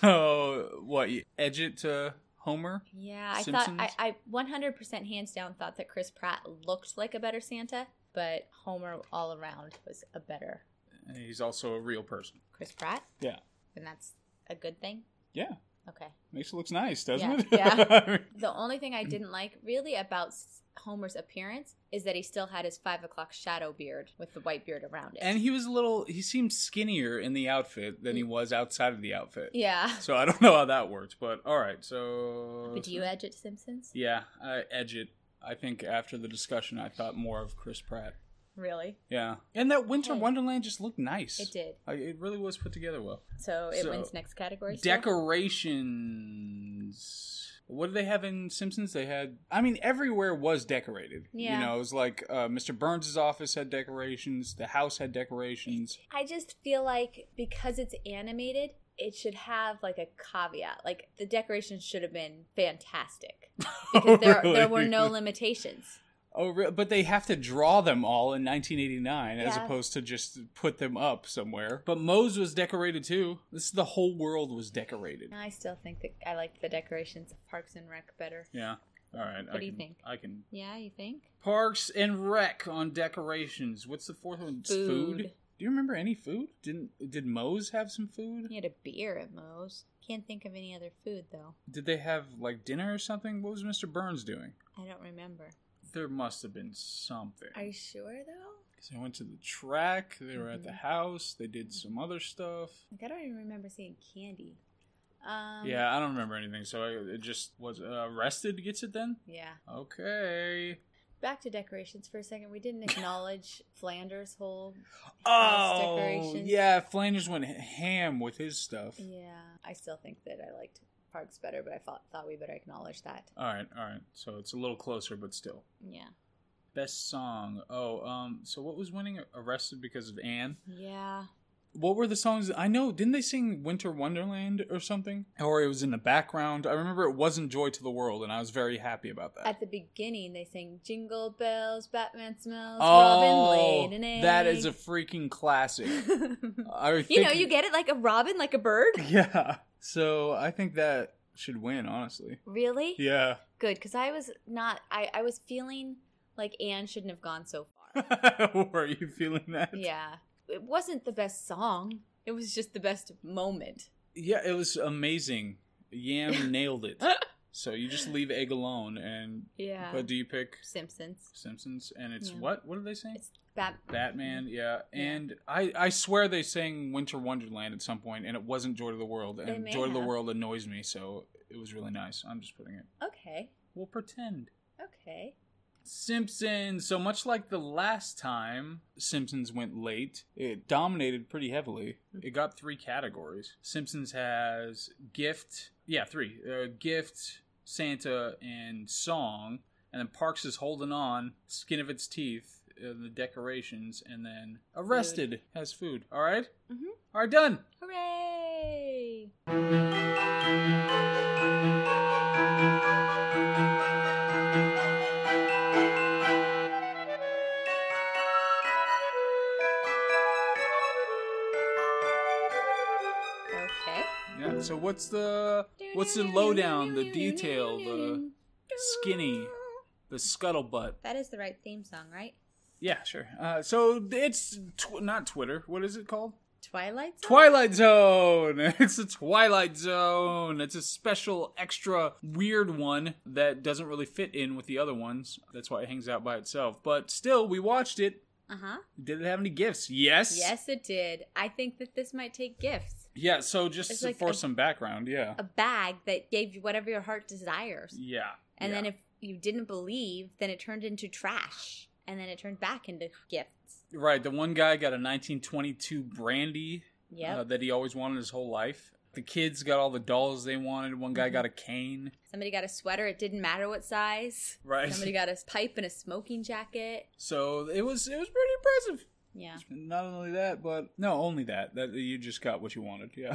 Speaker 2: so, what, you edge it to Homer?
Speaker 1: yeah, I thought I,
Speaker 2: Simpsons?
Speaker 1: I 100% hands down thought that Chris Pratt looked like a better Santa, but Homer all around was a better
Speaker 2: And He's also a real person.
Speaker 1: Chris Pratt.
Speaker 2: Yeah.
Speaker 1: And that's a good thing?
Speaker 2: Yeah.
Speaker 1: Okay.
Speaker 2: Makes it looks nice, doesn't
Speaker 1: Yeah,
Speaker 2: it?
Speaker 1: yeah. The only thing I didn't like really about S- Homer's appearance is that he still had his five o'clock shadow beard with the white beard around it.
Speaker 2: and he was a little, he seemed skinnier in the outfit than he was outside of the outfit.
Speaker 1: Mm. yeah.
Speaker 2: So, I don't know how that worked, but all right. So.
Speaker 1: But do you edge it, Simpsons?
Speaker 2: Yeah, I edge it. I think after the discussion, I thought more of Chris Pratt.
Speaker 1: Really?
Speaker 2: Yeah. And that Winter
Speaker 1: Okay.
Speaker 2: Wonderland just looked nice.
Speaker 1: It did.
Speaker 2: Like, it really was put together well.
Speaker 1: So it
Speaker 2: So,
Speaker 1: wins next category. still?
Speaker 2: decorations what did they have in simpsons they had i mean everywhere was decorated
Speaker 1: Yeah.
Speaker 2: you know it was like uh, mr burns' office had decorations the house had decorations
Speaker 1: I just feel like because it's animated, it should have like a caveat. Like the decorations should have been fantastic because there, there were no limitations.
Speaker 2: oh re- but they have to draw them all in 1989 as
Speaker 1: Yeah.
Speaker 2: opposed to just put them up somewhere but Moe's was decorated too this the whole world was decorated
Speaker 1: I still think that I like the decorations of Parks and Rec better.
Speaker 2: yeah all right
Speaker 1: What
Speaker 2: I
Speaker 1: do you
Speaker 2: can,
Speaker 1: think?
Speaker 2: i can
Speaker 1: Yeah, you think?
Speaker 2: parks and rec on decorations what's the fourth one It's
Speaker 1: Food.
Speaker 2: Do you remember any food? Didn't did Moe's have some food?
Speaker 1: He had a beer at Moe's. Can't think of any other food though.
Speaker 2: Did they have like dinner or something? What was Mr. Burns doing?
Speaker 1: I don't remember.
Speaker 2: There must have been something.
Speaker 1: Are you sure though?
Speaker 2: 'Cause they went to the track. They were at the
Speaker 1: Mhm.
Speaker 2: house. They did some other stuff.
Speaker 1: Like I don't even remember seeing candy. Um,
Speaker 2: yeah, I don't remember anything. So I, it just was uh, arrested. Gets it then?
Speaker 1: Yeah.
Speaker 2: Okay.
Speaker 1: back to decorations for a second. We didn't acknowledge Flanders' whole house
Speaker 2: Oh,
Speaker 1: decorations.
Speaker 2: yeah. Flanders went ham with his stuff.
Speaker 1: Yeah, I still think that I liked Parks better, but I thought thought we better acknowledge that.
Speaker 2: All right, all right. So it's a little closer, but still.
Speaker 1: Yeah.
Speaker 2: Best song. Oh, um. So what was winning? Arrested because of Anne.
Speaker 1: Yeah.
Speaker 2: What were the songs? I know. Didn't they sing Winter Wonderland or something? Or it was in the background. I remember it wasn't Joy to the World, and I was very happy about that.
Speaker 1: At the beginning, they sang "Jingle Bells," "Batman Smells,"
Speaker 2: oh,
Speaker 1: "Robin Laid an Egg."
Speaker 2: that is a freaking classic. I
Speaker 1: you know, you get it like a robin, like a bird.
Speaker 2: Yeah. So I think that should win, honestly.
Speaker 1: Really?
Speaker 2: Yeah.
Speaker 1: Good, because I was not. I I was feeling like Anne shouldn't have gone so far.
Speaker 2: were you feeling that?
Speaker 1: yeah, it wasn't the best song. It was just the best moment.
Speaker 2: Yeah, it was amazing. Yam nailed it. So you just leave egg alone, and
Speaker 1: Yeah.
Speaker 2: but do you pick
Speaker 1: Simpsons.
Speaker 2: Simpsons? And it's
Speaker 1: Yeah.
Speaker 2: what? What are they saying?
Speaker 1: It's Bat-
Speaker 2: Batman, yeah.
Speaker 1: Yeah.
Speaker 2: And I, I swear they sang Winter Wonderland at some point, and it wasn't Joy to the World.
Speaker 1: They
Speaker 2: And
Speaker 1: may
Speaker 2: Joy to the
Speaker 1: have.
Speaker 2: World annoys me, so it was really nice. I'm just putting it.
Speaker 1: Okay.
Speaker 2: We'll pretend.
Speaker 1: Okay.
Speaker 2: Simpsons. So much like the last time Simpsons went late, it dominated pretty heavily. It got three categories. Simpsons has gift, yeah, three uh, gift, Santa, and song. And then Parks is holding on, skin of its teeth, uh, the decorations, and then arrested has food. All right?
Speaker 1: Mhm.
Speaker 2: All right, done.
Speaker 1: Hooray! Okay.
Speaker 2: Yeah. So what's the what's the lowdown, the detail, the skinny, the scuttlebutt?
Speaker 1: That is the right theme song, right?
Speaker 2: Yeah, sure. Uh, so it's tw- not Twitter. What is it called?
Speaker 1: Twilight. Song?
Speaker 2: Twilight Zone. It's a Twilight Zone. It's a special, extra, weird one that doesn't really fit in with the other ones. That's why it hangs out by itself. But still, we watched it.
Speaker 1: Uh huh.
Speaker 2: Did it have any gifts? Yes.
Speaker 1: Yes, it did. I think that this might take gifts.
Speaker 2: Yeah. So just
Speaker 1: It's like
Speaker 2: for
Speaker 1: a-
Speaker 2: some background, yeah.
Speaker 1: A bag that gave you whatever your heart desires.
Speaker 2: yeah.
Speaker 1: And
Speaker 2: yeah.
Speaker 1: then if you didn't believe, then it turned into trash. And then it turned back into gifts.
Speaker 2: right, the one guy got a 1922 brandy
Speaker 1: Yep.
Speaker 2: uh, that he always wanted his whole life. The kids got all the dolls they wanted. One guy
Speaker 1: Mhm.
Speaker 2: got a cane.
Speaker 1: Somebody got a sweater. It didn't matter what size.
Speaker 2: Right.
Speaker 1: Somebody got a pipe and a smoking jacket.
Speaker 2: So it was it was pretty impressive.
Speaker 1: Yeah.
Speaker 2: Not only that, but no, only that. That you just got what you wanted. Yeah,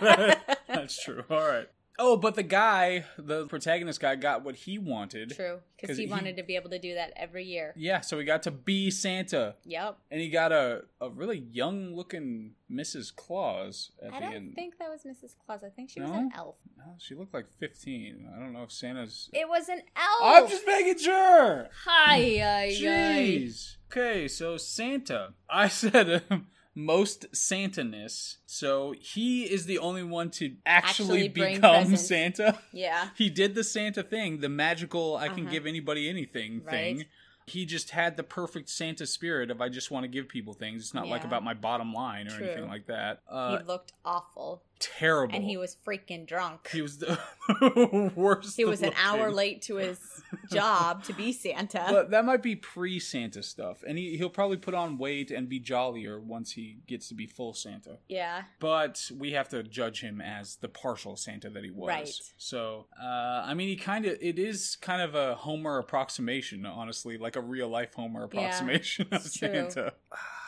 Speaker 2: that's true. All right. Oh, but the guy, the protagonist guy, got what he wanted.
Speaker 1: True.
Speaker 2: 'Cause
Speaker 1: Because he
Speaker 2: he-
Speaker 1: wanted to be able to do that every year.
Speaker 2: Yeah, so he got to be Santa,
Speaker 1: Yep.
Speaker 2: and he got a a really young looking Mrs. Claus at
Speaker 1: I
Speaker 2: the
Speaker 1: don't
Speaker 2: end.
Speaker 1: think that was Mrs. Claus. I think she was
Speaker 2: No?
Speaker 1: an elf.
Speaker 2: No, she looked like fifteen. I don't know if Santa's.
Speaker 1: It was an elf.
Speaker 2: I'm just making sure.
Speaker 1: Hi, hi, hi.
Speaker 2: Jeez. Okay, so Santa. I said um, most Santaness. So he is the only one to actually,
Speaker 1: Actually bring
Speaker 2: become
Speaker 1: presents.
Speaker 2: Santa.
Speaker 1: Yeah.
Speaker 2: He did the Santa thing, the magical I can
Speaker 1: Uh-huh.
Speaker 2: give anybody anything thing.
Speaker 1: Right.
Speaker 2: He just had the perfect Santa spirit of I just want to give people things. It's not like
Speaker 1: Yeah.
Speaker 2: about my bottom line or
Speaker 1: True.
Speaker 2: anything like that. Uh,
Speaker 1: he looked awful.
Speaker 2: terrible.
Speaker 1: And he was freaking drunk.
Speaker 2: he was the worst.
Speaker 1: He was an hour
Speaker 2: looking.
Speaker 1: late to his job to be Santa.
Speaker 2: But that might be pre Santa stuff, and he, he'll probably put on weight and be jollier once he gets to be full Santa.
Speaker 1: yeah.
Speaker 2: But we have to judge him as the partial Santa that he was.
Speaker 1: Right.
Speaker 2: So, uh, I mean, he kind of it is kind of a Homer approximation, honestly, like a real life Homer approximation of
Speaker 1: it's true.
Speaker 2: Santa.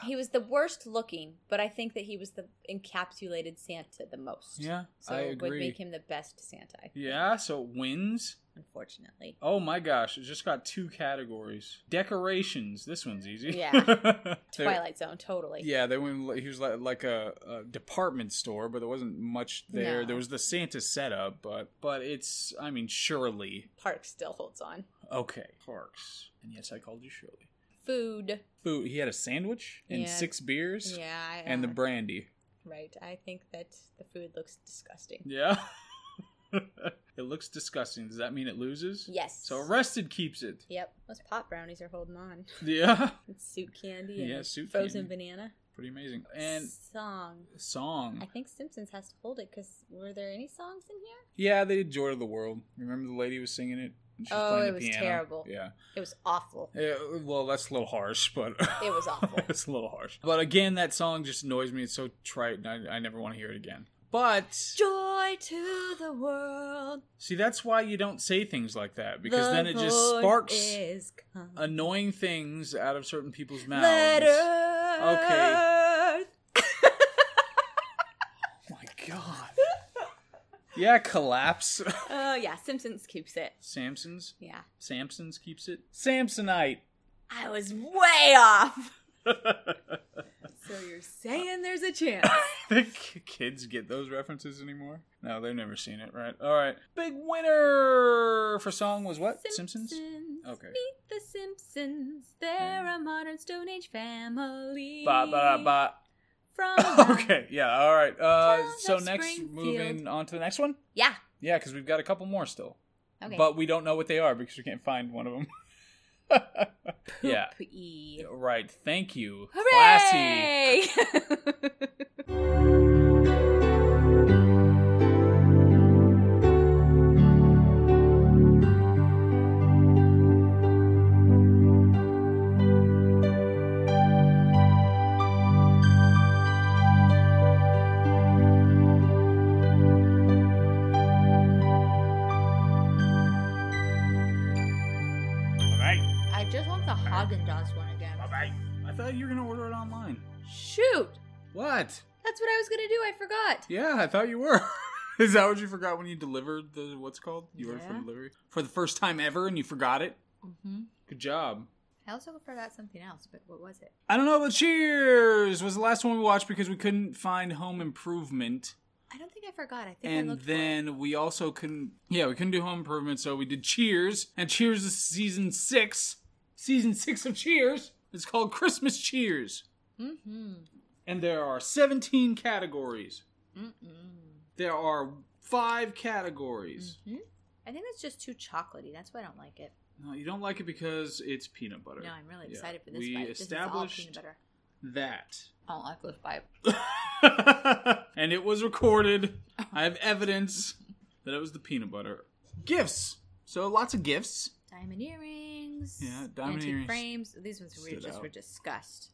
Speaker 1: He was the worst looking, but I think that he was the encapsulated Santa the most.
Speaker 2: Yeah,
Speaker 1: So
Speaker 2: I
Speaker 1: it would
Speaker 2: agree.
Speaker 1: make him the best Santa, I think,
Speaker 2: Yeah, so wins.
Speaker 1: unfortunately.
Speaker 2: Oh my gosh, it just got two categories. Decorations. This one's easy.
Speaker 1: Yeah.
Speaker 2: They're-
Speaker 1: Twilight Zone, totally.
Speaker 2: Yeah, they went. li- He was like, like a, a department store, but there wasn't much there.
Speaker 1: No.
Speaker 2: There was the Santa setup, but but it's. I mean, surely
Speaker 1: Park still holds on.
Speaker 2: okay. Parks, and yes, I called you Shirley.
Speaker 1: Food.
Speaker 2: Food. He had a sandwich and
Speaker 1: Yeah.
Speaker 2: six beers
Speaker 1: Yeah. I-
Speaker 2: and the
Speaker 1: uh,
Speaker 2: brandy.
Speaker 1: right. I think that the food looks disgusting.
Speaker 2: Yeah. it looks disgusting. Does that mean it loses?
Speaker 1: Yes.
Speaker 2: So arrested keeps it.
Speaker 1: Yep. Those pop brownies are holding on.
Speaker 2: Yeah.
Speaker 1: It's soup candy and
Speaker 2: Yeah, soup
Speaker 1: frozen
Speaker 2: candy.
Speaker 1: banana.
Speaker 2: Pretty amazing. And
Speaker 1: song. I
Speaker 2: song.
Speaker 1: think Simpsons has to hold it because were there any songs in here?
Speaker 2: Yeah, they did Joy to the World. Remember the lady was singing it. and she's
Speaker 1: Oh,
Speaker 2: playing
Speaker 1: it
Speaker 2: the
Speaker 1: was
Speaker 2: piano.
Speaker 1: terrible.
Speaker 2: Yeah.
Speaker 1: It was awful.
Speaker 2: Yeah, Uh, well, that's a little harsh, but
Speaker 1: It was awful.
Speaker 2: it's a little harsh. But again, that song just annoys me. It's so trite, and I, I never want to hear it again. But
Speaker 1: Joy to the world.
Speaker 2: see, that's why you don't say things like that because
Speaker 1: the
Speaker 2: then it just
Speaker 1: Lord
Speaker 2: sparks
Speaker 1: Is come.
Speaker 2: annoying things out of certain people's mouths.
Speaker 1: Let
Speaker 2: Oh
Speaker 1: earth
Speaker 2: my god! Yeah, collapse.
Speaker 1: Oh yeah, Simpsons keeps it.
Speaker 2: Samson's
Speaker 1: Yeah.
Speaker 2: Samson's keeps it. Samsonite.
Speaker 1: I was way off. So you're saying there's a chance.
Speaker 2: think kids get those references anymore. No, they've never seen it, right? All right. Big winner for song was what? Simpsons? Okay. Hmm.
Speaker 1: Meet the Simpsons. They're a modern Stone Age family.
Speaker 2: Ba ba ba.
Speaker 1: From
Speaker 2: Okay, yeah, all right. Uh,
Speaker 1: Town
Speaker 2: so
Speaker 1: of
Speaker 2: next,
Speaker 1: Springfield.
Speaker 2: moving on to the next one.
Speaker 1: Yeah.
Speaker 2: Yeah, because we've got a couple more still,
Speaker 1: Okay.
Speaker 2: but we don't know what they are because we can't find one of them. yeah,
Speaker 1: Poop-y.
Speaker 2: right. Thank you. Classy.
Speaker 1: Hooray!
Speaker 2: All right,
Speaker 1: I just want the Haagen Dazs one again.
Speaker 2: all right. I thought you were gonna order it online.
Speaker 1: Shoot!
Speaker 2: What?
Speaker 1: That's what I was gonna do. I forgot.
Speaker 2: Yeah, I thought you were. Is that what you forgot when you delivered the what's it called? You ordered for
Speaker 1: Yeah.
Speaker 2: delivery for the first time ever, and you forgot it.
Speaker 1: Mm-hmm.
Speaker 2: Good job.
Speaker 1: I also forgot something else, but what was it?
Speaker 2: I don't know, but Cheers was the last one we watched because we couldn't find Home Improvement,
Speaker 1: I don't think I forgot. I think I
Speaker 2: and
Speaker 1: looked for it.
Speaker 2: then we also couldn't. Yeah, we couldn't do Home Improvement, so we did Cheers, and Cheers is season six. Season six of Cheers. It's called Christmas Cheers,
Speaker 1: Mm-hmm.
Speaker 2: and there are seventeen categories.
Speaker 1: Mm-mm.
Speaker 2: There are five categories.
Speaker 1: hmm I think that's just too chocolatey. That's why I don't like it.
Speaker 2: No, you don't like it because it's peanut butter.
Speaker 1: No, I'm really
Speaker 2: Yeah.
Speaker 1: excited for this
Speaker 2: We
Speaker 1: bite. This is all peanut
Speaker 2: established-
Speaker 1: butter. Oh,
Speaker 2: that.
Speaker 1: I don't like this bite.
Speaker 2: and it was recorded. I have evidence that it was the peanut butter. Gifts. So lots of gifts.
Speaker 1: Diamond earrings.
Speaker 2: Yeah, diamond
Speaker 1: antique
Speaker 2: earrings
Speaker 1: frames. These ones we
Speaker 2: stood
Speaker 1: just
Speaker 2: out.
Speaker 1: were discussed.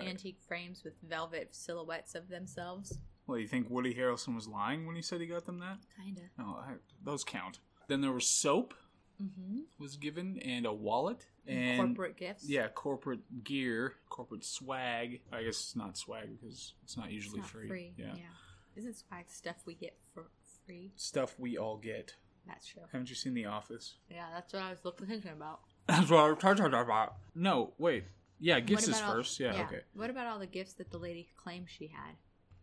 Speaker 1: Antique frames with velvet silhouettes of themselves.
Speaker 2: Well, you think Woody Harrelson was lying when he said he got them that?
Speaker 1: Kinda.
Speaker 2: No, I, those count. Then there was soap
Speaker 1: Mm-hmm.
Speaker 2: was given and a wallet and
Speaker 1: Corporate gifts.
Speaker 2: yeah, corporate gear, corporate swag. I guess it's not swag because it's not
Speaker 1: It's
Speaker 2: usually
Speaker 1: not free.
Speaker 2: free. Yeah.
Speaker 1: Isn't swag stuff we get for free?
Speaker 2: Stuff we all get.
Speaker 1: That's true.
Speaker 2: Haven't you seen The Office?
Speaker 1: Yeah, that's what I was looking thinking about.
Speaker 2: That's what I was talking about. No, wait. Yeah, gifts
Speaker 1: What
Speaker 2: is
Speaker 1: about all-
Speaker 2: first. Yeah, okay.
Speaker 1: What about all the gifts that the lady claimed she had?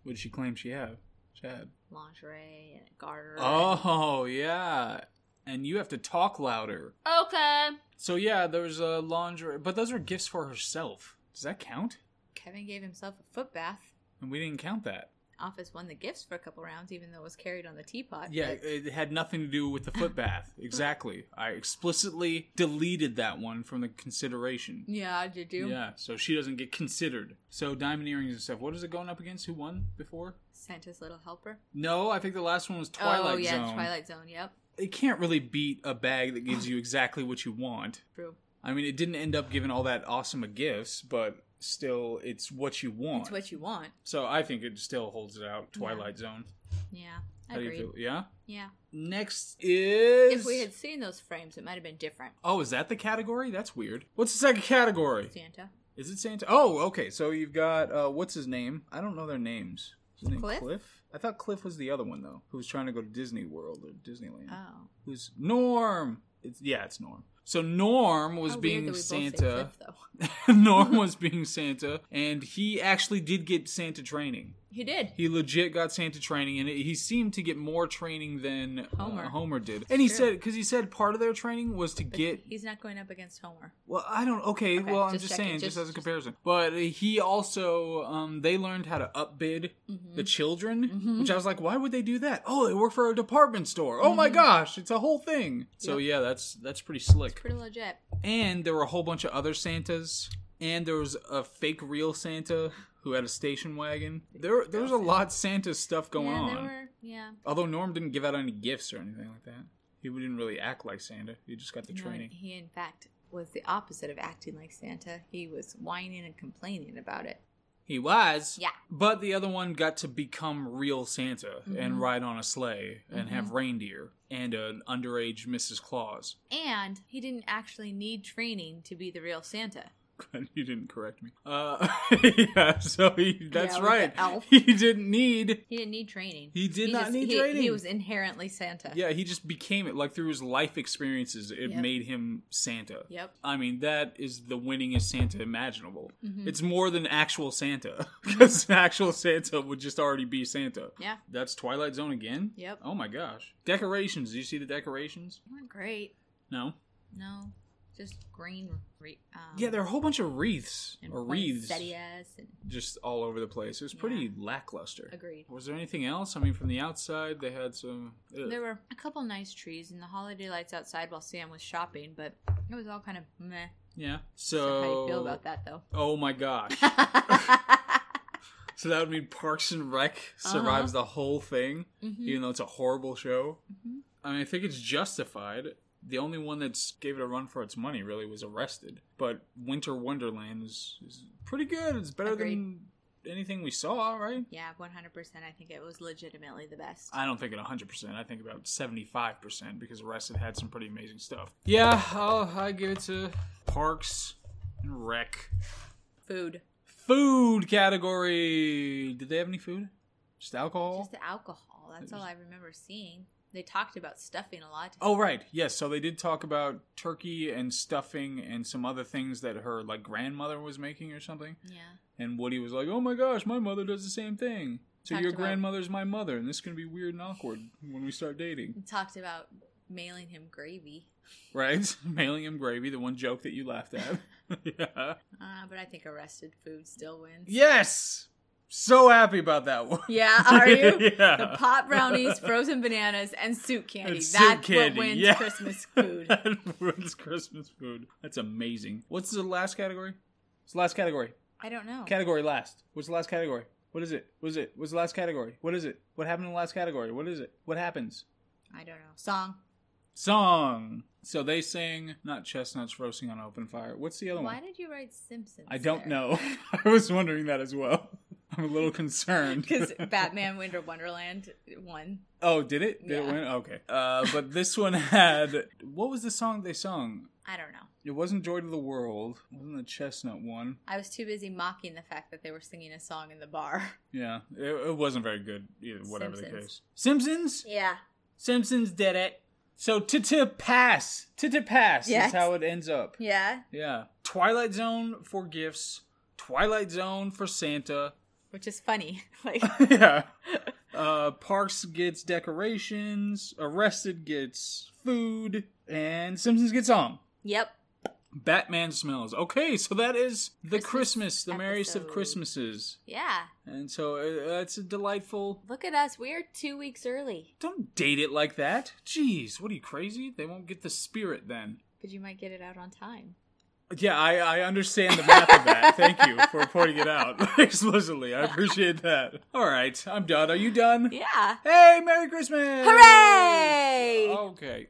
Speaker 2: What did she claim she had? She had.
Speaker 1: Lingerie and garter.
Speaker 2: Oh, yeah. And you have to talk louder.
Speaker 1: and- Okay.
Speaker 2: So, yeah, there was a lingerie. But those were gifts for herself. Does that count?
Speaker 1: Kevin gave himself a foot bath.
Speaker 2: And we didn't count that.
Speaker 1: Office won the gifts for a couple rounds, even though it was carried on the teapot.
Speaker 2: Yeah,
Speaker 1: but-
Speaker 2: it had nothing to do with the foot bath. Exactly. I explicitly deleted that one from the consideration.
Speaker 1: yeah, I did you?
Speaker 2: Yeah, so she doesn't get considered. So, diamond earrings and stuff. What is it going up against? Who won before?
Speaker 1: Santa's little helper.
Speaker 2: No, I think the last one was Twilight
Speaker 1: oh yeah,
Speaker 2: Zone.
Speaker 1: Twilight Zone. Yep,
Speaker 2: it can't really beat a bag that gives you exactly what you want.
Speaker 1: true.
Speaker 2: I mean, it didn't end up giving all that awesome of gifts, but still, it's what you want.
Speaker 1: It's what you want.
Speaker 2: so I think it still holds it out. Twilight Zone.
Speaker 1: Yeah,
Speaker 2: How do you
Speaker 1: agreed.
Speaker 2: feel? Yeah.
Speaker 1: Yeah.
Speaker 2: Next is.
Speaker 1: If we had seen those frames, it might have been different.
Speaker 2: Oh, is that the category? That's weird. What's the second category?
Speaker 1: Santa.
Speaker 2: Is it Santa? Oh, okay. So you've got uh, what's his name? I don't know their names. Is his name
Speaker 1: Cliff?
Speaker 2: I thought Cliff was the other one though, who was trying to go to Disney World or Disneyland.
Speaker 1: Oh.
Speaker 2: who's Norm. It's yeah, it's Norm. So Norm was
Speaker 1: How weird that we
Speaker 2: being
Speaker 1: both say
Speaker 2: Santa.
Speaker 1: Cliff, though.
Speaker 2: Norm was being Santa, and he actually did get Santa training.
Speaker 1: He did.
Speaker 2: He legit got Santa training, and he seemed to get more training than uh,
Speaker 1: Homer.
Speaker 2: Homer did. And he
Speaker 1: True.
Speaker 2: said because he said part of their training was to get.
Speaker 1: He's not going up against Homer.
Speaker 2: Well, I don't. Okay,
Speaker 1: Okay,
Speaker 2: well, I'm
Speaker 1: just
Speaker 2: just
Speaker 1: checking,
Speaker 2: saying, just,
Speaker 1: just-
Speaker 2: as a
Speaker 1: just-
Speaker 2: comparison. But he also, um, they learned how to upbid
Speaker 1: Mm-hmm.
Speaker 2: the children, which I was like, why would they do that? Oh, they work for a department store. Oh
Speaker 1: Mm-hmm.
Speaker 2: my gosh, it's a whole thing. So yeah, that's that's pretty slick.
Speaker 1: Pretty legit.
Speaker 2: and there were a whole bunch of other Santas, and there was a fake real Santa who had a station wagon. There, there was a lot Santa stuff going
Speaker 1: yeah,
Speaker 2: on.
Speaker 1: They were, yeah.
Speaker 2: Although Norm didn't give out any gifts or anything like that. He didn't really act like Santa. He just got the
Speaker 1: No,
Speaker 2: training.
Speaker 1: he, in fact, was the opposite of acting like Santa. He was whining and complaining about it.
Speaker 2: He was.
Speaker 1: Yeah.
Speaker 2: But the other one got to become real Santa and
Speaker 1: Mhm.
Speaker 2: ride on a sleigh and have
Speaker 1: Mm-hmm.
Speaker 2: reindeer and an underage Mrs. Claus.
Speaker 1: And he didn't actually need training to be the real Santa.
Speaker 2: Glad you didn't correct me. Uh, yeah, so he, that's
Speaker 1: Yeah, with the
Speaker 2: right.
Speaker 1: elf.
Speaker 2: He didn't need.
Speaker 1: He didn't need training.
Speaker 2: He did not need
Speaker 1: he-
Speaker 2: training.
Speaker 1: He was inherently Santa.
Speaker 2: Yeah, he just became it. Like through his life experiences, it
Speaker 1: Yep.
Speaker 2: made him Santa.
Speaker 1: Yep.
Speaker 2: I mean, that is the winningest Santa imaginable.
Speaker 1: Mhm.
Speaker 2: It's more than actual Santa,
Speaker 1: Mm-hmm.
Speaker 2: because actual Santa would just already be Santa.
Speaker 1: Yeah.
Speaker 2: That's Twilight Zone again?
Speaker 1: Yep.
Speaker 2: Oh my gosh. Decorations. Did you see the decorations?
Speaker 1: Not great. Um,
Speaker 2: No.
Speaker 1: No. Just green. Re- um,
Speaker 2: Yeah, there are a whole bunch of wreaths
Speaker 1: and
Speaker 2: or wreaths
Speaker 1: poinsettias and
Speaker 2: just all over the place. It was pretty lackluster.
Speaker 1: agreed.
Speaker 2: Was there anything else? I mean, from the outside, they had some. uh, Ugh.
Speaker 1: There were a couple nice trees and the holiday lights outside while Sam was shopping, but it was all kind of meh.
Speaker 2: yeah.
Speaker 1: So
Speaker 2: So.
Speaker 1: how do you feel about that, though?
Speaker 2: Oh my gosh. so that would mean Parks and Rec survives the whole thing,
Speaker 1: Mm-hmm.
Speaker 2: even though it's a horrible show.
Speaker 1: Mhm.
Speaker 2: I mean, I think it's justified. The only one that's gave it a run for its money really was arrested. But Winter Wonderland is, is pretty good. It's better than anything we saw, right?
Speaker 1: yeah, 100%. I think it was legitimately the best.
Speaker 2: I don't think it 100%. I think about 75% because Arrested had some pretty amazing stuff. Yeah, I'll, I give it to Parks and Rec.
Speaker 1: Food.
Speaker 2: Food category. Did they have any food? Just alcohol?
Speaker 1: Just the alcohol. That's all I remember seeing. They talked about stuffing a lot.
Speaker 2: Oh right, yes. So they did talk about turkey and stuffing and some other things that her like grandmother was making or something.
Speaker 1: Yeah.
Speaker 2: And Woody was like, "Oh my gosh, my mother does the same thing." So
Speaker 1: Talked
Speaker 2: your
Speaker 1: about-
Speaker 2: grandmother's my mother, and this is gonna be weird and awkward when we start dating,
Speaker 1: And talked about mailing him gravy.
Speaker 2: right? Mailing him gravy, the one joke that you laughed at. yeah.
Speaker 1: Uh, but I think arrested food still wins.
Speaker 2: Yes. So happy about that one.
Speaker 1: Yeah, are you?
Speaker 2: yeah.
Speaker 1: The pot brownies, frozen bananas, and soup candy.
Speaker 2: And soup
Speaker 1: That's
Speaker 2: candy,
Speaker 1: what wins
Speaker 2: yeah.
Speaker 1: Christmas food.
Speaker 2: that ruins Christmas food. That's amazing. What's the last category? It's the last category.
Speaker 1: I don't know.
Speaker 2: Oh. Category last. What's the last category? What is it? What is it? What's the last category? What is it? What happened in the last category? What is it? What happens?
Speaker 1: I don't know. Song.
Speaker 2: Song. So they sing not chestnuts roasting on open fire. What's the other
Speaker 1: Why
Speaker 2: one?
Speaker 1: did you write Simpsons?
Speaker 2: I don't know. I was wondering that as well. I'm a little concerned.
Speaker 1: Because Batman Winter Wonderland won.
Speaker 2: oh, did it? Did it
Speaker 1: Yeah.
Speaker 2: win? Okay. Uh, but this one had what was the song they sung?
Speaker 1: I don't know.
Speaker 2: It wasn't Joy to the World. It wasn't the chestnut one.
Speaker 1: I was too busy mocking the fact that they were singing a song in the bar.
Speaker 2: Yeah. It, it wasn't very good either, whatever the
Speaker 1: Simpsons.
Speaker 2: case. Simpsons?
Speaker 1: Yeah.
Speaker 2: Simpsons did it. So to pass. To pass
Speaker 1: Yes.
Speaker 2: is how it ends up.
Speaker 1: Yeah.
Speaker 2: Yeah. Twilight Zone for gifts. Twilight Zone for Santa.
Speaker 1: Which is funny. Like
Speaker 2: yeah. Uh, Parks gets decorations. Arrested gets food. And Simpsons gets on.
Speaker 1: Yep.
Speaker 2: Batman smells. Okay, so that is the
Speaker 1: Christmas
Speaker 2: Christmas, the merriest of
Speaker 1: episode.
Speaker 2: Christmases.
Speaker 1: Yeah.
Speaker 2: And so uh, that's a delightful.
Speaker 1: Look at us. We're two weeks early.
Speaker 2: Don't date it like that. Jeez, what are you crazy? They won't get the spirit then.
Speaker 1: But you might get it out on time.
Speaker 2: Yeah, I, I understand the math of that. Thank you for pointing it out explicitly. I appreciate that. All right, I'm done. Are you done?
Speaker 1: Yeah.
Speaker 2: Hey, Merry Christmas!
Speaker 1: Hooray!
Speaker 2: Okay.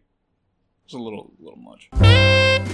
Speaker 2: It's a little, little much.